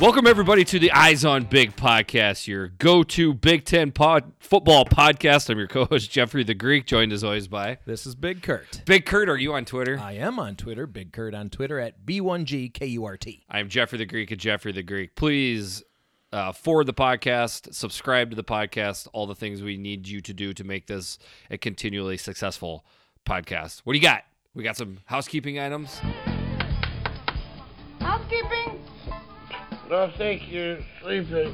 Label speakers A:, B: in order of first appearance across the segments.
A: Welcome everybody to the Eyes on Big podcast, your go-to Big Ten pod football podcast. I'm your co-host Jeffrey the Greek, joined as always by
B: This is Big Kurt.
A: Big Kurt. Are you on Twitter?
B: I am on Twitter, Big Kurt on Twitter at B1GKURT.
A: I'm Jeffrey the Greek at Jeffrey the Greek. Please uh, forward the podcast, subscribe to the podcast, all the things we need you to do to make this a continually successful podcast. What do you got? We got some housekeeping items.
C: Housekeeping?
D: I think you're sleeping.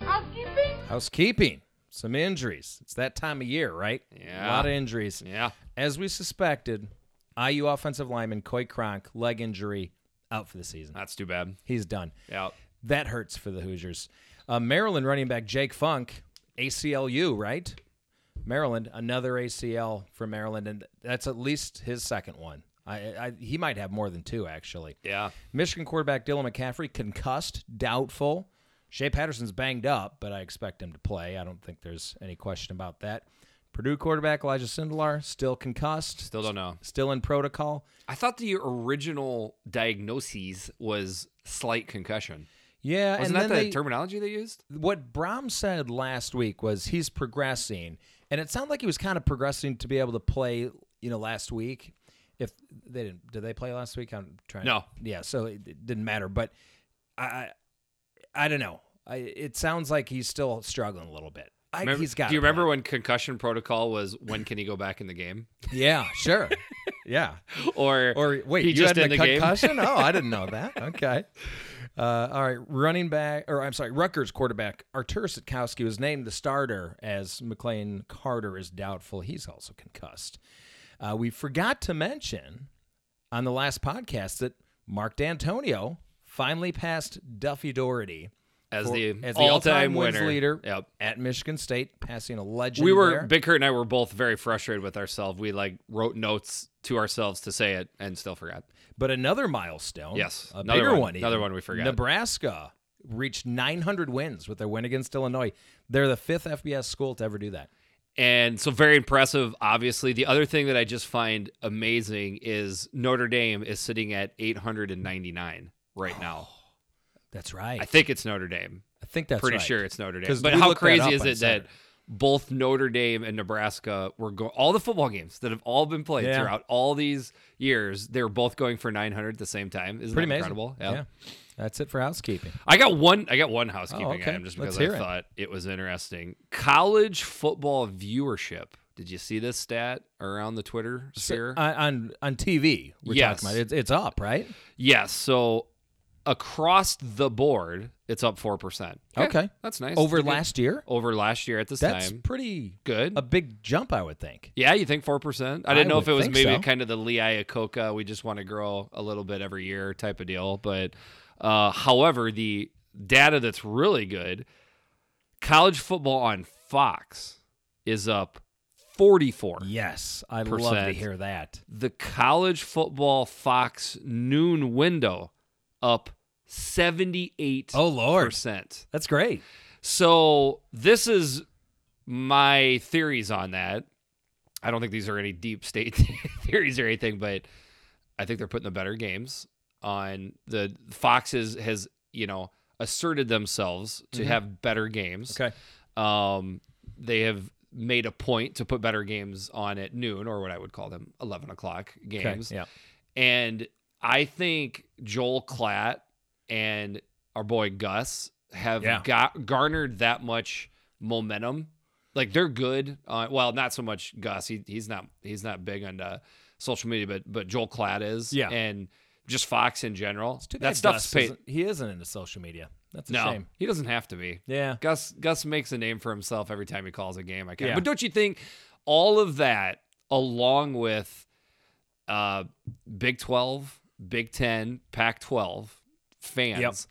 C: Housekeeping?
B: Housekeeping, some injuries. It's that time of year, right?
A: Yeah.
B: A lot of injuries.
A: Yeah.
B: As we suspected, IU offensive lineman Coy Cronk, leg injury, out for the season.
A: That's too bad.
B: He's done.
A: Yeah.
B: That hurts for the Hoosiers. Uh, Maryland running back Jake Funk, ACLU, right? Maryland, another ACL for Maryland, and that's at least his second one. I, I, he might have more than two, actually.
A: Yeah.
B: Michigan quarterback Dylan McCaffrey concussed, doubtful. Shea Patterson's banged up, but I expect him to play. I don't think there's any question about that. Purdue quarterback Elijah Sindelar still concussed,
A: Still don't know.
B: still in protocol.
A: I thought the original diagnosis was slight concussion.
B: Yeah,
A: Wasn't
B: and
A: that
B: then
A: the
B: they,
A: terminology they used?
B: what Brom said last week was he's progressing, and it sounded like he was kind of progressing to be able to play. You know, last week, if they didn't, did they play last week? I'm trying.
A: No.
B: Yeah, so it, it didn't matter. But I, I, I don't know. I, it sounds like he's still struggling a little bit. I,
A: Remember-
B: he's got.
A: do you remember when concussion protocol was when can he go back in the game?
B: Yeah, sure. yeah.
A: Or
B: Or wait,
A: he
B: you
A: just
B: had
A: in
B: a
A: the game?
B: concussion? oh, I didn't know that. Okay. Uh, all right, running back, or I'm sorry, Rutgers quarterback Artur Sitkowski was named the starter as McLean Carter is doubtful. He's also concussed. Uh, we forgot to mention on the last podcast that Mark D'Antonio finally passed Duffy Doherty
A: as
B: for-
A: the
B: as the
A: all-time
B: all-time wins
A: winner.
B: leader.
A: Yep.
B: at Michigan State, passing a legend.
A: We were
B: there.
A: Big Kurt and I were both very frustrated with ourselves. We like wrote notes to ourselves to say it and still forgot.
B: But another milestone.
A: Yes,
B: A
A: another
B: bigger
A: one.
B: one.
A: Another
B: even.
A: one we forgot.
B: Nebraska reached 900 wins with their win against Illinois. They're the fifth FBS school to ever do that.
A: And so very impressive, obviously. The other thing that I just find amazing is Notre Dame is sitting at 899
B: Oh,
A: right now.
B: That's right.
A: I think it's Notre Dame.
B: I think that's
A: pretty
B: right.
A: sure it's Notre Dame.
B: 'Cause
A: But
B: we
A: how
B: looked that
A: crazy
B: up
A: is
B: on
A: it that
B: Saturday.
A: both Notre Dame and Nebraska were going all the football games that have all been played
B: Yeah.
A: throughout all these years, they're both going for 900 at the same time. Isn't
B: Pretty
A: that
B: amazing.
A: incredible?
B: Yeah. That's it for housekeeping.
A: I got one I got one housekeeping
B: Oh, okay.
A: item just
B: Let's
A: because
B: hear
A: I
B: it.
A: thought it was interesting. College football viewership. Did you see this stat around the Twitter sphere?
B: On, uh, on on TV, we're
A: Yes.
B: talking about it. It's, it's up, right?
A: yes, so across the board, it's up 4%.
B: Okay.
A: That's nice.
B: Over
A: Pretty good.
B: last year.
A: over last year at this
B: That's
A: time.
B: pretty
A: Good.
B: a big jump, I would think.
A: Yeah, you think four percent? I didn't
B: I
A: know if
B: would
A: it was
B: think
A: maybe
B: so.
A: kind of the Lee Iacocca, we just want to grow a little bit every year type of deal. But uh, however, the data that's really good, college football on Fox is up forty four.
B: Yes, I love to
A: Percent.
B: hear that.
A: The college football Fox noon window up seventy eight
B: Oh Lord,
A: percent.
B: that's great.
A: So this is my theories on that. I don't think these are any deep state theories or anything, but I think they're putting the better games on the Foxes has, you know, asserted themselves to have better games.
B: Mm-hmm. Okay,
A: Um, they have made a point to put better games on at noon or what I would call them 11 o'clock games.
B: Yeah,
A: And I think Joel Klatt and our boy Gus have
B: Yeah.
A: got, garnered that much momentum. Like they're good. Uh, well, not so much Gus. He, he's not he's not big on uh, social media, but but Joel Klatt is.
B: Yeah.
A: and just Fox in general.
B: It's too bad
A: that stuff's
B: Gus
A: paid.
B: isn't- He isn't into social media. That's a
A: No,
B: shame.
A: he doesn't have to be.
B: Yeah,
A: Gus Gus makes a name for himself every time he calls a game. I kind
B: Yeah.
A: but don't you think all of that, along with uh, Big Twelve, Big Ten, Pac twelve fans,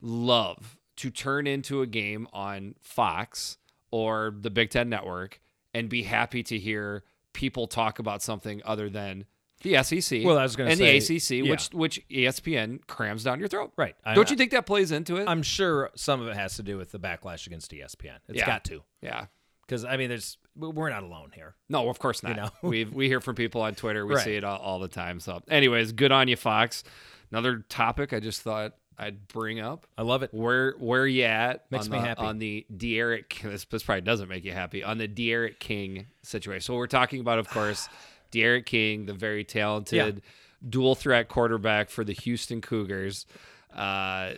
A: love to turn into a game on Fox or the Big Ten Network and be happy to hear people talk about something other than the SEC.
B: Well, I was gonna
A: and
B: say-
A: the ACC,
B: yeah.
A: which which E ESPN crams down your throat.
B: Right. I-
A: don't you think that plays into it?
B: I'm sure some of it has to do with the backlash against E ESPN. It's
A: Yeah.
B: got to,
A: yeah.
B: because I mean, there's we're not alone here.
A: No, of course not.
B: know?
A: we we hear from people on Twitter. We
B: Right.
A: see it all, all the time. So, anyways, good on you, Fox. Another topic I just thought I'd bring up.
B: I love it.
A: Where where you at?
B: Makes
A: on
B: me
A: the,
B: happy.
A: on the Derek. This, this probably doesn't make you happy on the Derek King situation. So we're talking about, of course, Derek King, the very talented dual threat quarterback for the Houston Cougars. Uh,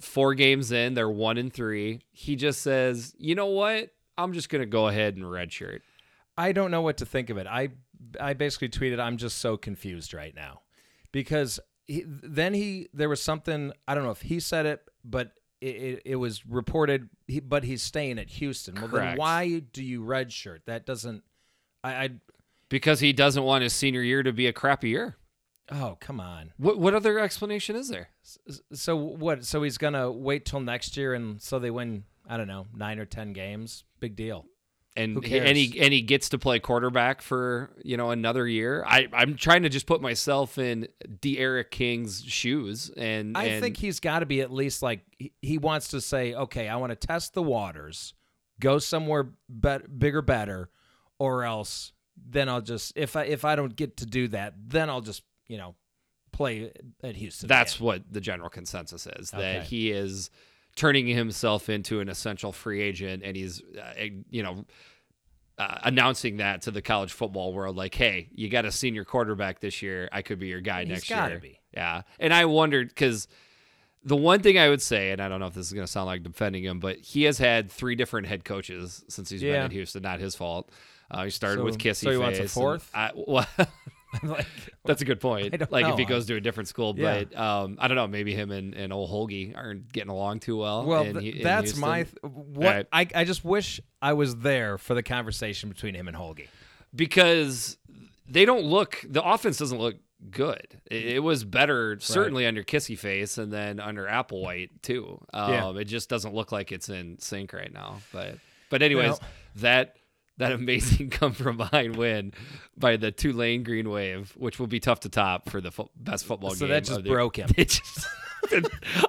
A: four games in, they're one and three. He just says, you know what? I'm just gonna go ahead and redshirt.
B: I don't know what to think of it. I I basically tweeted, I'm just so confused right now, because he, then he there was something I don't know if he said it, but it, it, it was reported. He, but he's staying at Houston. Well, then
A: Correct.
B: why do you redshirt? That doesn't. I, I
A: Because he doesn't want his senior year to be a crappy year.
B: oh come on.
A: What what other explanation is there?
B: So what? So he's gonna wait till next year, and so they win. I don't know nine or ten games. Big deal.
A: and
B: Who
A: he- and he
B: cares?
A: and he gets to play quarterback for you know another year. I I'm trying to just put myself in D. Eric King's shoes, and
B: I
A: and
B: think he's got to be at least like he- he wants to say, okay, I want to test the waters, go somewhere bet- bigger, better, or else then I'll just if I if I don't get to do that, then I'll just you know play at Houston.
A: that's
B: again.
A: what the general consensus is
B: Okay.
A: that he is turning himself into an essential free agent, and he's uh, you know. Uh, announcing that to the college football world, like, "Hey, you got a senior quarterback this year. I could be your guy
B: He's
A: next
B: gotta
A: year."
B: be.
A: Yeah, and I wondered because the one thing I would say, and I don't know if this is going to sound like defending him, but he has had three different head coaches since he's been
B: Yeah.
A: at Houston. Not his fault. Uh, he started
B: So-
A: with Kissy.
B: so he wants a
A: Face, and
B: fourth?
A: I, well,
B: like,
A: that's a good point.
B: I don't
A: Like
B: know.
A: if he goes to a different school,
B: Yeah.
A: but um, I don't know. Maybe him and, and old Holgi aren't getting along too well.
B: well,
A: in
B: th-
A: Hu- in
B: that's my
A: Houston.
B: th- what
A: All
B: I I just wish I was there for the conversation between him and Holgi.
A: because they don't look the offense doesn't look good. It, it was better certainly under Kissy Face and then under Applewhite too. Um,
B: Yeah.
A: It just doesn't look like it's in sync right now. But but anyways,
B: No.
A: that that amazing come from behind win by the Tulane Green Wave, which will be tough to top for the fo- best football
B: So
A: game.
B: that just
A: of the-
B: broke him.
A: It just,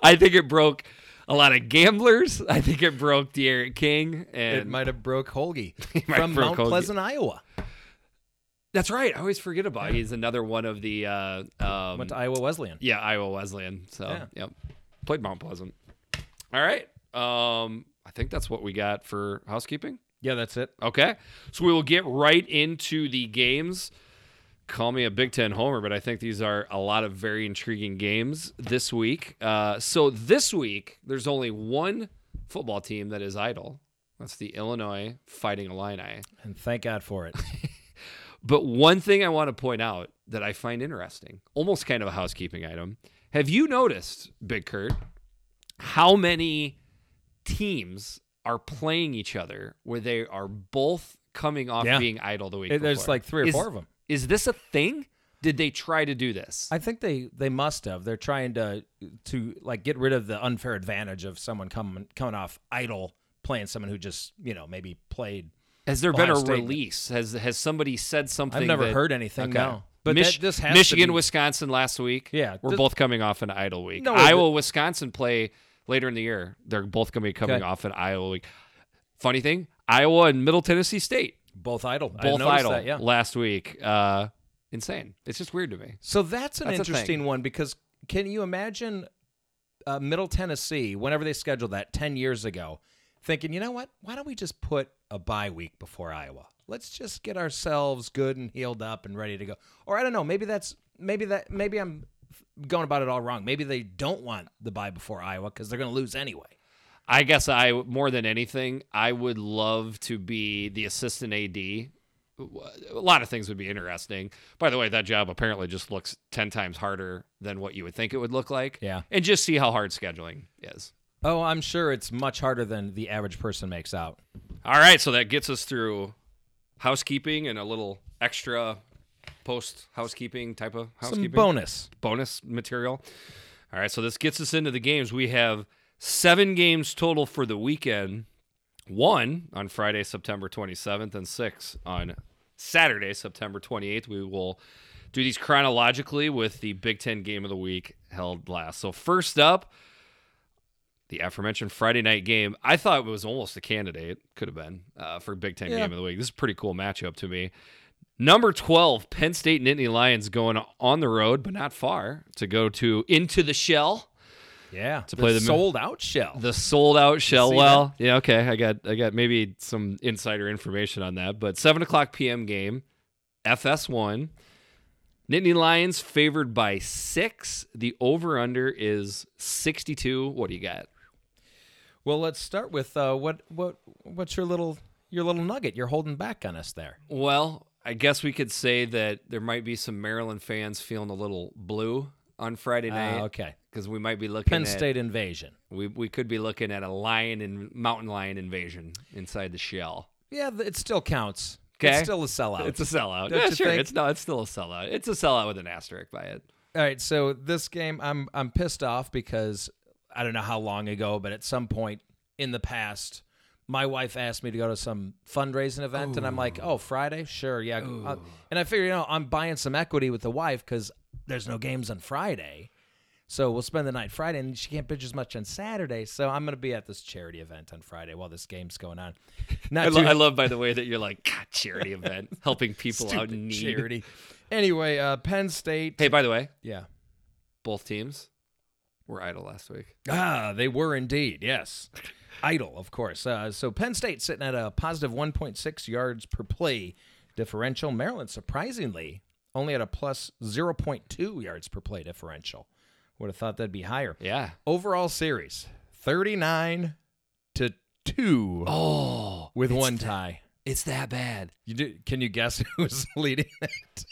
A: I think it broke a lot of gamblers. I think it broke Derek King and
B: It might have broke Holgi
A: might
B: from
A: have broke
B: Mount
A: Holgi.
B: Pleasant, Iowa.
A: That's right. I always forget about. He's another one of the uh, um,
B: Went to Iowa Wesleyan.
A: yeah Iowa Wesleyan. So
B: Yeah.
A: yep, played Mount Pleasant. All right. Um, I think that's what we got for housekeeping.
B: Yeah, that's it.
A: Okay, so we will get right into the games. Call me a Big Ten homer, but I think these are a lot of very intriguing games this week. Uh, so this week, there's only one football team that is idle. That's the Illinois Fighting Illini.
B: And thank God for it.
A: But one thing I want to point out that I find interesting, almost kind of a housekeeping item. Have you noticed, Big Kurt, how many teams are playing each other where they are both coming off
B: Yeah.
A: being idle the week
B: It- there's
A: before?
B: like three or
A: Is-
B: four of 'em.
A: Is this a thing? Did they try to do this?
B: I think they they must have. They're trying to to like get rid of the unfair advantage of someone coming coming off idle playing someone who just you know maybe played.
A: Has there been
B: Ohio
A: a
B: State-
A: release? Has has somebody said something?
B: Oh, I've never
A: that-
B: heard anything.
A: Okay.
B: No, but
A: Mich-
B: that, this has
A: Michigan,
B: to be,
A: Wisconsin last week.
B: Yeah,
A: we're
B: this-
A: both coming off an idle week.
B: No,
A: Iowa, Wisconsin play later in the year. They're both going to be coming
B: Okay.
A: off an Iowa week. Funny thing, Iowa and Middle Tennessee State
B: both idle. I
A: both
B: noticed
A: idle
B: that, yeah.
A: last week. Uh, insane. It's just weird to me.
B: So that's an
A: That's a thing.
B: interesting one because can you imagine uh, Middle Tennessee whenever they scheduled that ten years ago, thinking you know what? Why don't we just put a bye week before Iowa? Let's just get ourselves good and healed up and ready to go. Or I don't know. Maybe that's maybe that maybe I'm going about it all wrong. Maybe they don't want the bye before Iowa because they're going to lose anyway.
A: I guess I more than anything, I would love to be the assistant AD. A lot of things would be interesting. By the way, that job apparently just looks ten times harder than what you would think it would look like.
B: Yeah.
A: and just see how hard scheduling is.
B: Oh, I'm sure it's much harder than the average person makes out.
A: All right, so that gets us through housekeeping and a little extra post housekeeping type of
B: Some
A: housekeeping
B: bonus.
A: bonus material. All right, so this gets us into the games. We have seven games total for the weekend. One on Friday, September 27th, and six on Saturday, September 28th. We will do these chronologically with the Big Ten game of the week held last. So, first up, the aforementioned Friday night game. I thought it was almost a candidate, could have been, uh, for Big Ten
B: Yeah.
A: game of the week. This is a pretty cool matchup to me. Number 12, Penn State Nittany Lions going on the road, but not far, to go to Into the Shell
B: Yeah.
A: To play the mo-
B: sold out shell.
A: The sold out shell
B: see
A: well. Yeah, okay. I got I got maybe some insider information on that. But seven o'clock PM game, FS one. Nittany Lions favored by six. The over under is sixty two. What do you got?
B: well, let's start with uh, what what what's your little your little nugget you're holding back on us there.
A: Well, I guess we could say that there might be some Maryland fans feeling a little blue on Friday night.
B: Ah, okay.
A: Because we might be looking
B: Penn
A: at
B: State invasion.
A: we we could be looking at a lion and mountain lion invasion inside the shell.
B: Yeah, th- it still counts.
A: Okay.
B: It's still a sellout.
A: It's a sellout.
B: Don't
A: Yeah,
B: you
A: sure.
B: think?
A: It's no, it's still a sellout. It's a sellout with an asterisk by it.
B: All right, so this game, I'm I'm pissed off because I don't know how long ago, but at some point in the past, my wife asked me to go to some fundraising event, and I'm like, oh, Friday, sure, yeah. Uh, and I figure, you know, I'm buying some equity with the wife because there's no games on Friday, so we'll spend the night Friday, and she can't bitch as much on Saturday, so I'm gonna be at this charity event on Friday while this game's going on. Not
A: I, lo-
B: too-
A: I love, by the way, that you're like God, charity event, helping people out in need.
B: charity. Anyway, uh, Penn State.
A: Hey, by the way,
B: Yeah.
A: both teams were idle last week.
B: Ah, they were indeed. Yes. Idle, of course. Uh, so Penn State sitting at a positive 1.6 yards per play differential. Maryland, surprisingly, only at a plus 0.2 yards per play differential. Would have thought that'd be higher.
A: Yeah.
B: Overall series 39 to 2
A: Oh,
B: with one tie.
A: it's that bad.
B: You do, can you guess who was leading that?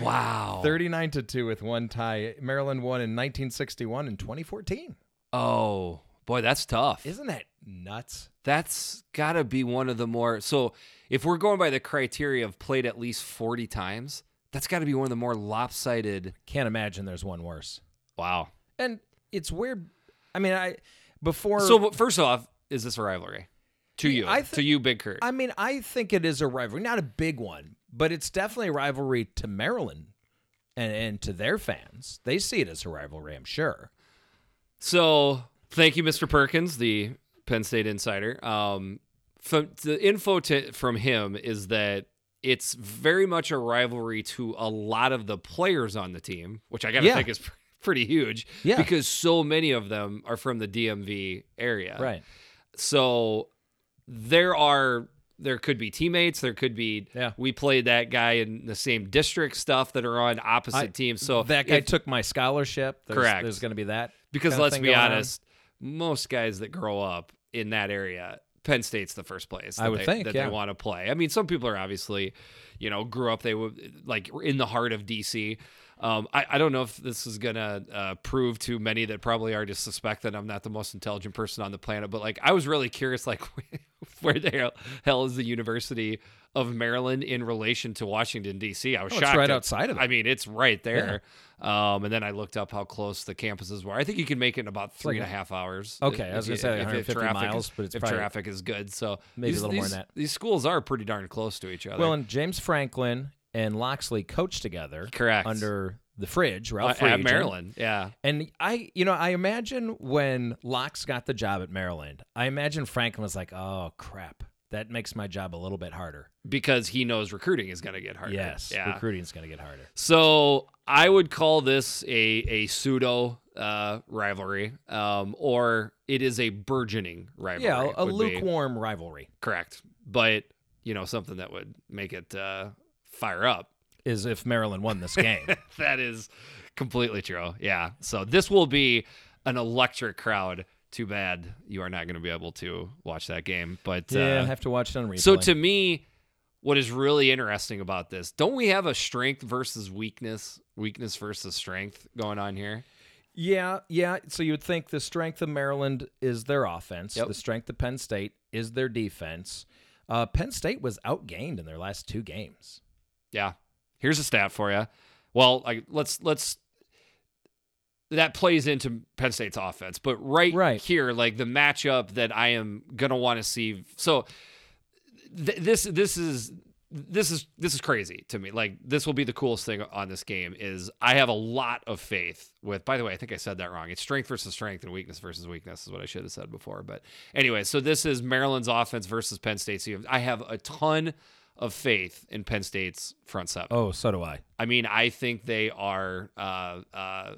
A: Wow.
B: 39 to 2 with one tie. Maryland won in 1961 and 2014.
A: Oh boy, that's tough.
B: Isn't that nuts?
A: That's got to be one of the more. So, if we're going by the criteria of played at least 40 times, that's got to be one of the more lopsided.
B: Can't imagine there's one worse.
A: Wow.
B: And it's weird. I mean, I before.
A: So, but first off, is this a rivalry? To you,
B: I th-
A: to you, Big Kurt.
B: I mean, I think it is a rivalry, not a big one, but it's definitely a rivalry to Maryland and and to their fans. They see it as a rivalry, I'm sure.
A: So, thank you, Mr. Perkins, the Penn State insider. Um, from, the info to, from him is that it's very much a rivalry to a lot of the players on the team, which I gotta
B: Yeah.
A: think is pr- pretty huge.
B: Yeah.
A: Because so many of them are from the DMV area.
B: Right.
A: So there are there could be teammates, there could be
B: Yeah.
A: we played that guy in the same district stuff that are on opposite
B: I-
A: teams. So
B: Uh, that guy
A: if-
B: took my scholarship. There's,
A: Correct.
B: There's going to be that
A: because
B: kinda
A: let's
B: thing
A: be
B: going on.
A: honest, most guys that grow up in that area, Penn State's the first place.
B: I
A: that
B: would
A: they,
B: think,
A: that
B: yeah.
A: they want to play. I mean, some people are obviously, you know, grew up they were like in the heart of DC. Um, I, I don't know if this is gonna uh, prove to many that probably already suspect that I'm not the most intelligent person on the planet, but like I was really curious, like where the hell is the University of Maryland in relation to Washington D.C.? I was
B: Oh, it's
A: shocked.
B: right
A: at-
B: outside of it.
A: I mean, it's right there. Um, and then I looked up how close the campuses were. I think you can make it in about three
B: like
A: and a half hours.
B: Mm-hmm. Okay,
A: if-
B: I was
A: if
B: gonna
A: you-
B: say
A: if- if
B: 150
A: traffic
B: miles,
A: is-
B: but it's
A: if
B: probably-
A: traffic is good. So
B: Maybe a
A: these-
B: little more than
A: these-
B: that.
A: These schools are pretty darn close to each other.
B: Well, and James Franklin and Loxley coached together.
A: Correct.
B: Under the fridge,
A: Uh,
B: Ralph
A: at
B: Friedgen.
A: Maryland, yeah.
B: And I, you know, I imagine when Locks got the job at Maryland, I imagine Franklin was like, "Oh crap, that makes my job a little bit harder."
A: because he knows recruiting is going to get harder.
B: Yes,
A: yeah.
B: recruiting's going to get harder.
A: So I would call this a a pseudo uh, rivalry, um, or it is a burgeoning rivalry.
B: Yeah, a
A: would be
B: lukewarm rivalry
A: correct, but you know something that would make it uh, fire up.
B: is if Maryland won this game.
A: That is completely true. Yeah. So this will be an electric crowd. Too bad you are not going to be able to watch that game, but
B: yeah,
A: uh,
B: I have to watch it on replay.
A: so to me, what is really interesting about this? Don't we have a strength versus weakness, weakness versus strength going on here?
B: yeah, yeah. So you would think the strength of Maryland is their offense.
A: Yep.
B: The strength of Penn State is their defense. Uh, Penn State was outgained in their last two games.
A: Yeah. Here's a stat for you. Well, like let's let's that plays into Penn State's offense, but right,
B: Right.
A: here, like the matchup that I am gonna want to see. So th- this this is this is this is crazy to me. Like this will be the coolest thing on this game is I have a lot of faith with. By the way, I think I said that wrong. It's strength versus strength and weakness versus weakness is what I should have said before. But anyway, so this is Maryland's offense versus Penn State's. So you have- I have a ton of faith in Penn State's front seven.
B: Oh, so do I.
A: I mean, I think they are uh, uh,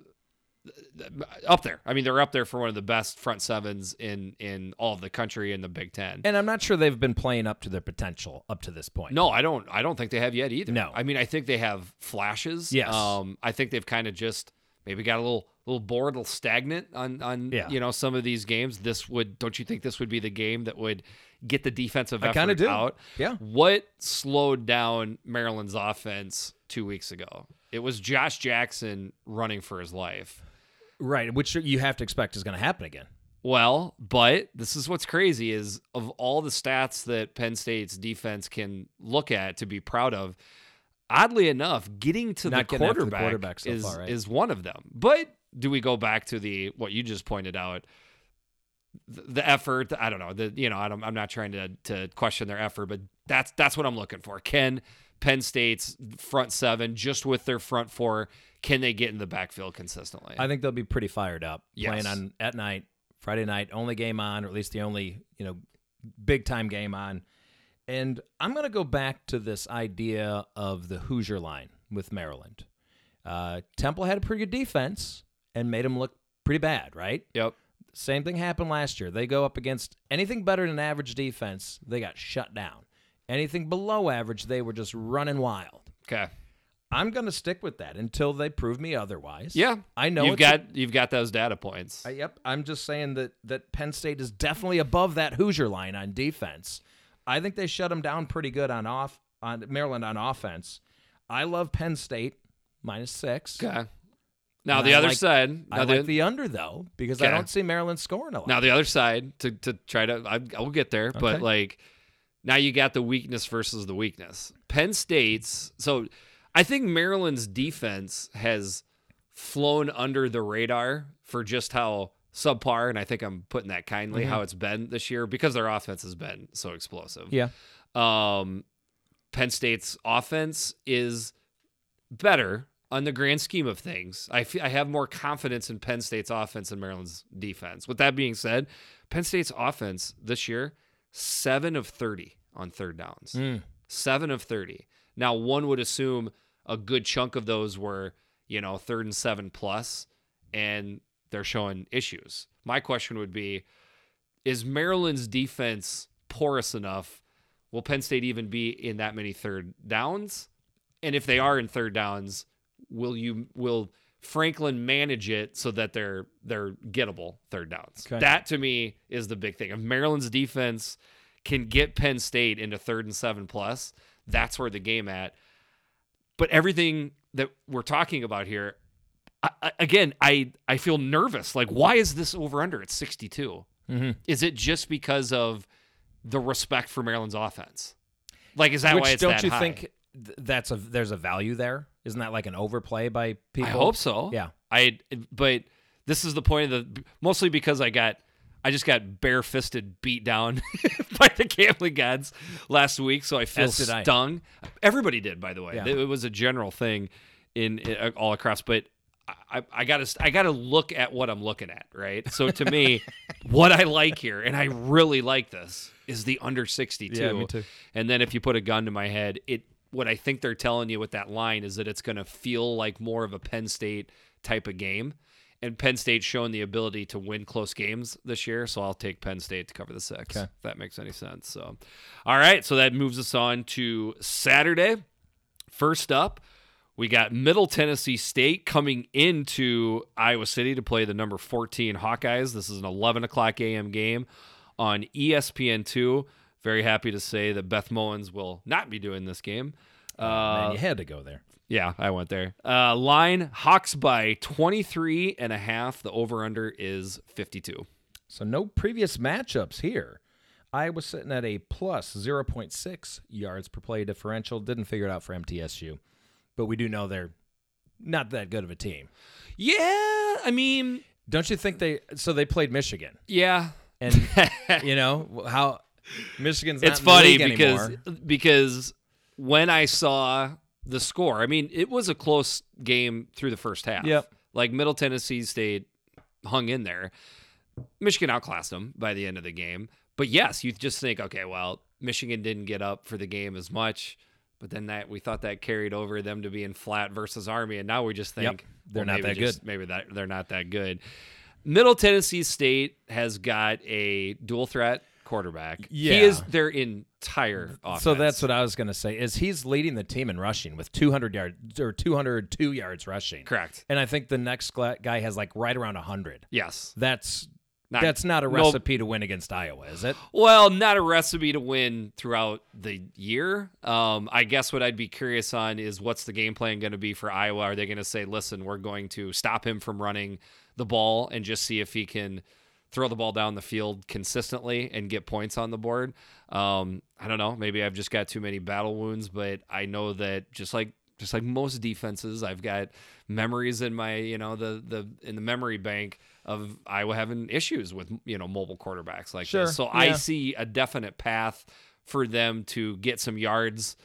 A: up there. I mean, they're up there for one of the best front sevens in in all of the country in the Big Ten.
B: And I'm not sure they've been playing up to their potential up to this point.
A: No, I don't. I don't think they have yet either.
B: No.
A: I mean, I think they have flashes.
B: Yes.
A: Um, I think they've kind of just maybe got a little little bored, a little stagnant on on
B: Yeah.
A: you know some of these games. This would don't you think this would be the game that would get the defensive
B: I kinda
A: effort
B: do.
A: out?
B: Yeah.
A: What slowed down Maryland's offense two weeks ago? It was Josh Jackson running for his life.
B: Right, which you have to expect is going to happen again.
A: Well, but this is what's crazy is of all the stats that Penn State's defense can look at to be proud of, oddly enough, getting to
B: Not
A: the
B: getting after the
A: quarterback,
B: quarterback so
A: is
B: far, right?
A: is one of them. But do we go back to the what you just pointed out? th- The effort, I don't know. The you know, I don't, I'm not trying to to question their effort, but that's that's what I'm looking for. Can Penn State's front seven, just with their front four, can they get in the backfield consistently?
B: I think they'll be pretty fired up
A: Yes.
B: playing on at night, Friday night, only game on, or at least the only you know big time game on. And I'm going to go back to this idea of the Hoosier line with Maryland. Uh, Temple had a pretty good defense and made them look pretty bad, right?
A: yep.
B: Same thing happened last year. They go up against anything better than average defense, they got shut down. Anything below average, they were just running wild.
A: Okay.
B: I'm going to stick with that until they prove me otherwise.
A: Yeah,
B: I know
A: you've
B: it's a-
A: got you've got those data points.
B: I, yep, I'm just saying that that Penn State is definitely above that Hoosier line on defense. I think they shut them down pretty good on off on Maryland on offense. I love Penn State minus six.
A: okay. Now
B: And
A: the
B: I
A: other
B: like-
A: side.
B: I
A: Now
B: like
A: the,
B: the under though because I
A: Okay.
B: don't see Maryland scoring a lot.
A: now the other side to to try to I, I will get there, but
B: Okay.
A: like now you got the weakness versus the weakness. Penn State's so I think Maryland's defense has flown under the radar for just how subpar, and I think I'm putting that kindly
B: Mm-hmm.
A: how it's been this year because their offense has been so explosive.
B: yeah,
A: um, Penn State's offense is better on the grand scheme of things. I fe- I have more confidence in Penn State's offense and Maryland's defense. With that being said, Penn State's offense this year, seven of 30 on third downs. Seven of 30. Now, one would assume a good chunk of those were, you know, third and seven plus, and they're showing issues. My question would be, is Maryland's defense porous enough? Will Penn State even be in that many third downs? And if they are in third downs, will you will Franklin manage it so that they're they're gettable third downs?
B: Okay.
A: That to me is the big thing. If Maryland's defense can get Penn State into third and seven plus, that's where the game at. But everything that we're talking about here, I, I- again, I I feel nervous. Like, why is this over under? It's sixty two.
B: Mm-hmm.
A: Is it just because of the respect for Maryland's offense? Like, is that why
B: which
A: it's
B: don't
A: that
B: you
A: high?
B: think th- that's a there's a value there? Isn't that like an overplay by people?
A: I hope so.
B: Yeah.
A: I but this is the point of the mostly because I got I just got bare fisted beat down by the gambling gods last week, so I feel
B: As did I.
A: stung. Everybody did, by the way.
B: Yeah.
A: It was a general thing in, in- all across, but. I, I gotta I gotta look at what I'm looking at, right? So to me, what I like here, and I really like this, is the under 62.
B: Yeah, me too.
A: And then if you put a gun to my head, it what I think they're telling you with that line is that it's going to feel like more of a Penn State type of game. And Penn State's shown the ability to win close games this year, so I'll take Penn State to cover the six.
B: Okay.
A: If that makes any sense. So, all right, so that moves us on to Saturday. First up, we got Middle Tennessee State coming into Iowa City to play the number 14 Hawkeyes. This is an 11 o'clock a.m. game on E ESPN2. Very happy to say that Beth Mowens will not be doing this game.
B: Man,
A: Uh,
B: you had to go there.
A: yeah, I went there. Uh, line Hawks by 23 and a half. The over under is 52.
B: So no previous matchups here. I was sitting at a plus 0.6 yards per play differential. Didn't figure it out for MTSU, but we do know they're not that good of a team.
A: Yeah, I mean,
B: Don't you think they? So they played Michigan,
A: yeah.
B: and you know how Michigan's. Not
A: it's
B: in the
A: funny
B: league
A: because
B: anymore.
A: because when I saw the score, I mean, it was a close game through the first half.
B: Yep.
A: Like Middle Tennessee State hung in there. Michigan outclassed them by the end of the game. But yes, you just think, okay, well, Michigan didn't get up for the game as much. But then that we thought that carried over them to being flat versus Army, and now we just think
B: They're not
A: maybe
B: that
A: just- Maybe that they're not that good. Middle Tennessee State has got a dual threat quarterback. he
B: Yeah.
A: is their entire offense.
B: So that's what I was going to say. Is he's leading the team in rushing with 200 yards or 202 yards rushing?
A: correct.
B: And I think the next gla- guy has like right around 100.
A: Yes,
B: That's
A: Not-
B: that's not a
A: no-
B: recipe to win against Iowa, is it?
A: Well, not a recipe to win throughout the year. Um, I guess what I'd be curious on is what's the game plan going to be for Iowa? Are they going to say, listen, we're going to stop him from running the ball and just see if he can throw the ball down the field consistently and get points on the board? Um, I don't know. Maybe I've just got too many battle wounds, but I know that just like just like most defenses, I've got memories in my, you know, the the in the memory bank of Iowa having issues with, you know, mobile quarterbacks like
B: Sure,
A: this. So I
B: yeah.
A: see a definite path for them to get some yards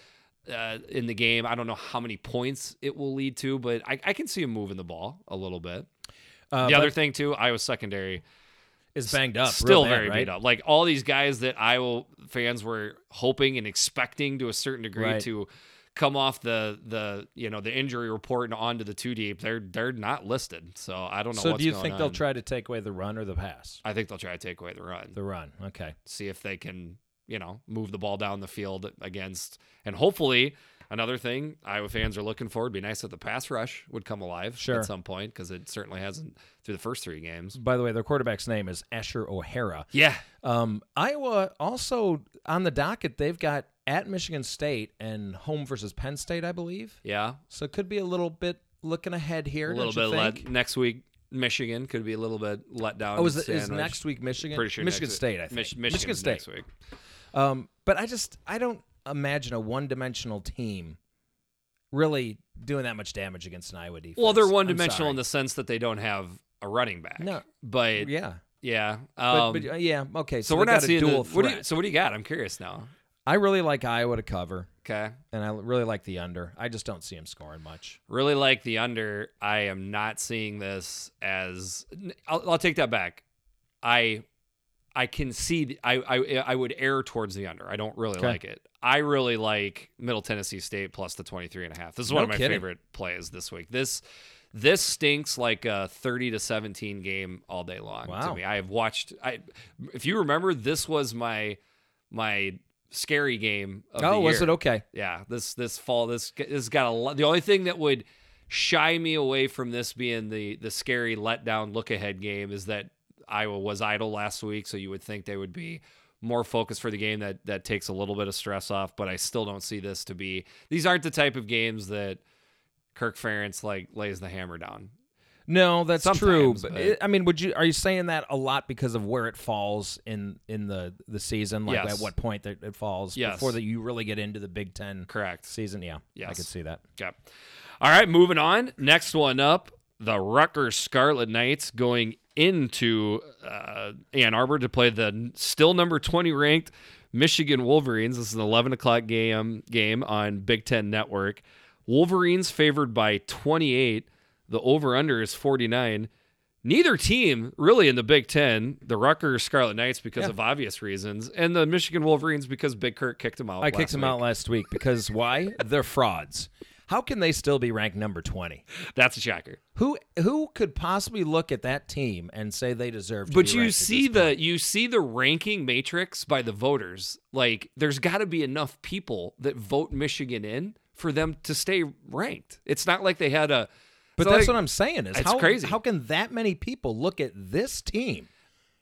A: uh, in the game. I don't know how many points it will lead to, but I, I can see them moving the ball a little bit.
B: Uh,
A: the
B: but
A: other thing too, Iowa secondary
B: is banged up, real
A: still
B: bad,
A: very
B: right?
A: beat up. Like all these guys that Iowa fans were hoping and expecting to a certain degree
B: Right.
A: to come off the the you know the injury report and onto the two deep, they're they're not listed. So I don't know.
B: So
A: what's
B: do you
A: going
B: think they'll
A: on.
B: try to take away the run or the pass?
A: I think they'll try to take away the run.
B: The run. Okay.
A: see if they can you know move the ball down the field against and hopefully. Another thing Iowa fans are looking for would be nice if the pass rush would come alive
B: Sure.
A: at some point because it certainly hasn't through the first three games.
B: By the way, their quarterback's name is Asher O'Hara.
A: Yeah,
B: Um, Iowa also on the docket, they've got at Michigan State and home versus Penn State, I believe.
A: yeah,
B: So it could be a little bit looking ahead here.
A: a little bit
B: don't you
A: let
B: think?
A: next week Michigan could be a little bit let down.
B: Oh, is, it, is
A: sandwich.
B: next week Michigan?
A: Pretty sure
B: Michigan
A: next week-
B: State, I think.
A: Mich- Michigan,
B: Michigan State.
A: next week.
B: Um, but I just I don't imagine a one-dimensional team really doing that much damage against an Iowa defense.
A: Well, they're
B: I'm
A: one-dimensional in
B: sorry.
A: the sense that they don't have a running back.
B: No.
A: but yeah,
B: yeah, but,
A: Um,
B: but, uh, yeah, okay.
A: so,
B: they
A: we're not
B: got a
A: seeing the-
B: dual
A: what do you-
B: threat.
A: so what do you got? I'm curious now.
B: I really like Iowa to cover,
A: Okay,
B: and I really like the under. I just don't see them scoring much.
A: really like the under. I am not seeing this as. I'll, I'll take that back. I. I can see. The, I, I I would err towards the under. I don't really
B: Okay.
A: like it. I really like Middle Tennessee State plus the 23 and a half. This is
B: No
A: one of my
B: kidding.
A: favorite plays this week. This this stinks like a 30 to 17 game all day long to
B: Wow.
A: me. I have watched I if you remember this was my my scary game of the
B: oh, was
A: year.
B: it okay?
A: Yeah, this this fall this this has got a lot. The only thing that would shy me away from this being the the scary letdown look ahead game is that Iowa was idle last week, so you would think they would be more focused for the game that that takes a little bit of stress off. But I still don't see this to be. These aren't the type of games that Kirk Ferentz like lays the hammer down.
B: No, that's true.
A: Sometimes,
B: But
A: but-
B: it- I mean, would you are you saying that a lot because of where it falls in in the the season? Like
A: Yes.
B: at what point that it falls
A: Yes.
B: before that you really get into the Big Ten
A: Correct.
B: season? Yeah, I
A: Yes.
B: could see that.
A: Yeah. All right, moving on. Next one up, the Rutgers Scarlet Knights going into uh, Ann Arbor to play the n- still number 20 ranked Michigan Wolverines. This is an 11 o'clock game, game on Big Ten Network. Wolverines favored by 28. The over under is 49. Neither team really in the Big Ten, the Rutgers Scarlet Knights because of obvious reasons, and the Michigan Wolverines because Big Kirk kicked them out.
B: I kicked
A: last
B: them
A: week.
B: out last week because why? They're frauds. How can they still be ranked number twenty?
A: That's a shocker.
B: Who who could possibly look at that team and say they deserve? To
A: But
B: be
A: you
B: ranked at
A: see
B: this point?
A: the you see the ranking matrix by the voters. Like there's got to be enough people that vote Michigan in for them to stay ranked. It's not like they had a.
B: But that's what I'm saying is
A: It's
B: how
A: crazy.
B: How can that many people look at this team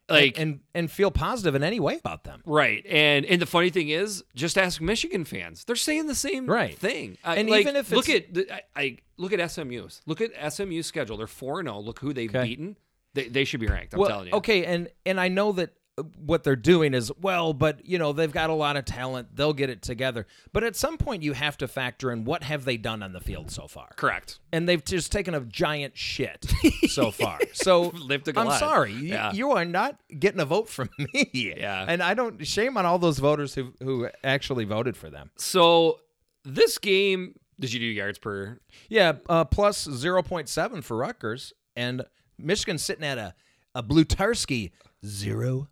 A: I'm like.
B: and and feel positive in any way about them?
A: Right, and and the funny thing is, just ask Michigan fans; they're saying the same
B: Right.
A: thing. I-
B: And
A: like,
B: even if
A: look
B: it's-
A: at the, I, I look at SMU's, look at SMU's schedule; they're four and zero. Look who they've
B: Okay.
A: beaten; they, they should be ranked. I'm
B: well,
A: telling you.
B: Okay, and and I know that uh, what they're doing is well, but you know they've got a lot of talent. They'll get it together. But at some point, you have to factor in what have they done on the field so far.
A: correct.
B: And they've just taken a giant shit so far. So
A: They've took a
B: I'm
A: lot.
B: sorry, you,
A: Yeah.
B: you are not getting a vote from me.
A: Yeah.
B: and I don't shame on all those voters who who actually voted for them.
A: So this game, did you do yards per
B: Yeah, uh, plus 0.7 for Rutgers, and Michigan's sitting at a, a Blutarski 0.0.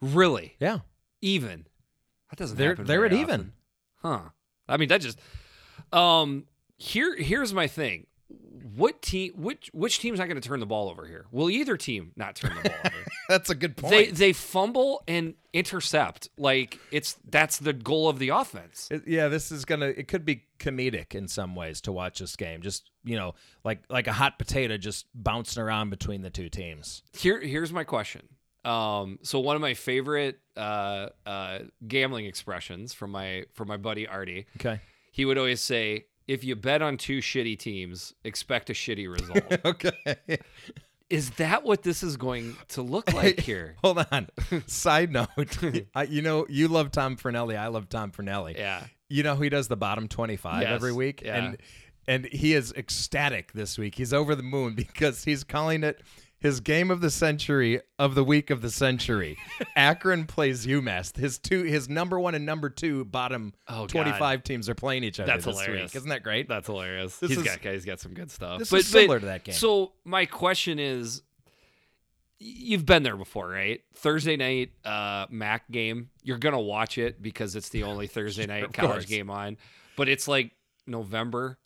A: really?
B: Yeah,
A: even. That doesn't
B: they're,
A: happen.
B: they're at
A: very
B: even.
A: often. huh? I mean, that just um here here's my thing. What team which which team's not going to turn the ball over here? Will either team not turn the ball over?
B: That's a good point.
A: they they fumble and intercept. Like it's that's the goal of the offense.
B: It- yeah, this is gonna. It could be comedic in some ways to watch this game. Just you know, like like a hot potato just bouncing around between the two teams.
A: Here here's my question. Um, so one of my favorite uh, uh, gambling expressions from my from my buddy Artie.
B: Okay.
A: He would always say, "If you bet on two shitty teams, expect a shitty result."
B: Okay.
A: is that what this is going to look like here?
B: Hold on. Side note. I, you know, you love Tom Fernelli. I love Tom Fernelli.
A: Yeah.
B: You know, he does the bottom 25
A: Yes,
B: every week.
A: yeah.
B: And and he is ecstatic this week. He's over the moon because he's calling it his game of the century of the week of the century. Akron plays UMass. His two his number 1 and number 2 bottom
A: Oh, God.
B: 25 teams are playing each other
A: That's
B: this
A: hilarious.
B: week. Isn't that great?
A: That's hilarious.
B: This
A: He's
B: is-
A: got he's got some good stuff.
B: this is similar to that game.
A: So my question is, y- you've been there before, right? Thursday night uh, Mac game. You're gonna watch it because it's the only Thursday night
B: of
A: college
B: course.
A: game on. But it's like November,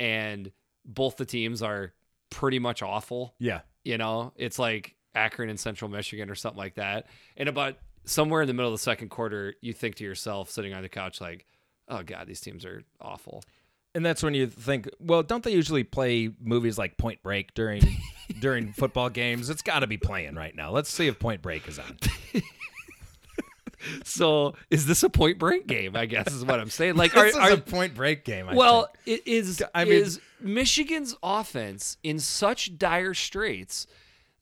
A: and both the teams are pretty much awful.
B: yeah.
A: You know, it's like Akron and Central Michigan or something like that. And about somewhere in the middle of the second quarter, you think to yourself, sitting on the couch, like, "Oh God, these teams are awful."
B: And that's when you think, well, don't they usually play movies like Point Break during during football games? It's got to be playing right now. Let's see if Point Break is on.
A: So, is this a Point Break game? I guess is what I'm saying. Like, are,
B: this
A: are-
B: is a Point Break game. I
A: well,
B: think.
A: it is
B: I mean-
A: is Michigan's offense in such dire straits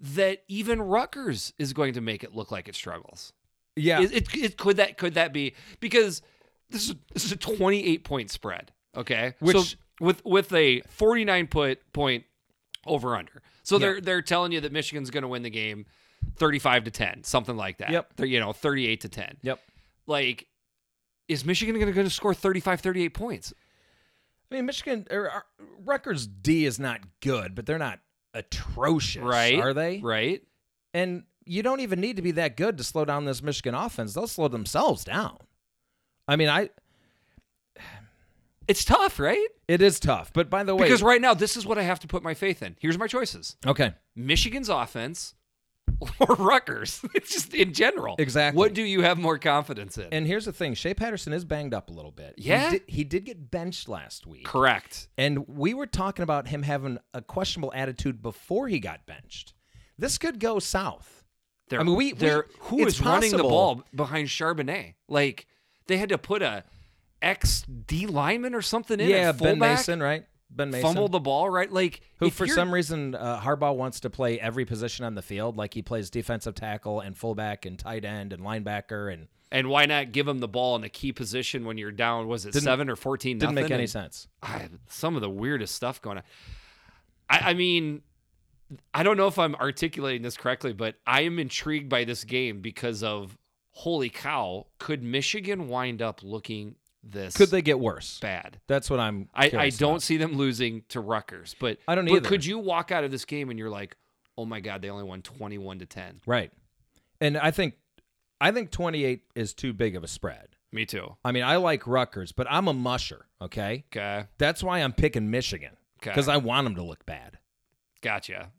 A: that even Rutgers is going to make it look like it struggles.
B: yeah,
A: Is- it, it could that could that be because this is this is a 28 point spread, okay? so
B: Which-
A: with with a 49 put point over under. So they're they're telling you that Michigan's going to win the game 35 to 10, something like that.
B: Yep.
A: They're, you know, 38 to 10
B: yep.
A: like is Michigan going to score 35 38 points?
B: I mean, Michigan or, or, Rutgers D is not good, but they're not atrocious,
A: Right.
B: Are they?
A: Right?
B: And you don't even need to be that good to slow down this Michigan offense. They'll slow themselves down. I mean, I
A: It's tough, right?
B: it is tough, but by the way,
A: Because right now this is what I have to put my faith in. Here's my choices.
B: okay,
A: Michigan's offense or Rutgers. It's just in general.
B: Exactly.
A: What do you have more confidence in?
B: And here's the thing: Shea Patterson is banged up a little bit.
A: Yeah?
B: he did, he did get benched last week,
A: Correct.
B: and we were talking about him having a questionable attitude before he got benched. This could go south.
A: They're,
B: I mean, we-
A: they're
B: we-
A: who
B: it's
A: is running the
B: possible.
A: ball behind Charbonnet? Like they had to put a ex D lineman or something in. a
B: yeah, Ben
A: fullback,
B: Mason, right? Ben Mason,
A: fumbled the ball, right? Like
B: who
A: if
B: for
A: you're-
B: some reason uh, Harbaugh wants to play every position on the field, like he plays defensive tackle and fullback and tight end and linebacker, and
A: And why not give him the ball in a key position when you're down? Was it seven or fourteen?
B: didn't make
A: nothing?
B: any
A: And
B: sense.
A: I, some of the weirdest stuff going on. I, I mean, I don't know if I'm articulating this correctly, but I am intrigued by this game because of holy cow, could Michigan wind up looking this
B: Could they get worse?
A: bad?
B: That's what I'm.
A: I, I
B: curious
A: don't
B: about.
A: see them losing to Rutgers, but
B: I don't
A: but
B: either.
A: Could you walk out of this game and you're like, oh my god, they only won twenty one to ten?
B: Right, and I think, I think 28 is too big of a spread.
A: Me too.
B: I mean, I like Rutgers, but I'm a musher. Okay,
A: Okay,
B: that's why I'm picking Michigan
A: Okay.
B: because I want them to look bad.
A: gotcha.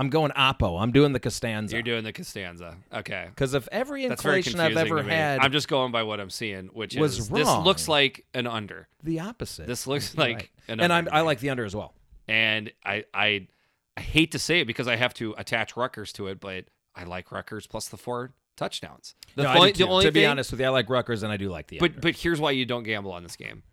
B: I'm going Oppo. I'm doing the Costanza
A: You're doing the Costanza. Okay.
B: because if every
A: That's very
B: inclination
A: confusing
B: I've ever
A: to me.
B: had,
A: I'm just going by what I'm seeing, which
B: was
A: is this
B: wrong.
A: looks like an under.
B: the opposite.
A: This looks
B: You're
A: like
B: right.
A: an
B: and
A: under
B: I'm,
A: to
B: I
A: me.
B: like the under as well.
A: and I I I hate to say it because I have to attach Rutgers to it, but I like Rutgers plus the four touchdowns. The,
B: No, I
A: fo-
B: do
A: the
B: too.
A: only
B: to be
A: thing-
B: honest with you, I like Rutgers and I do like the
A: but
B: under.
A: but here's why you don't gamble on this game.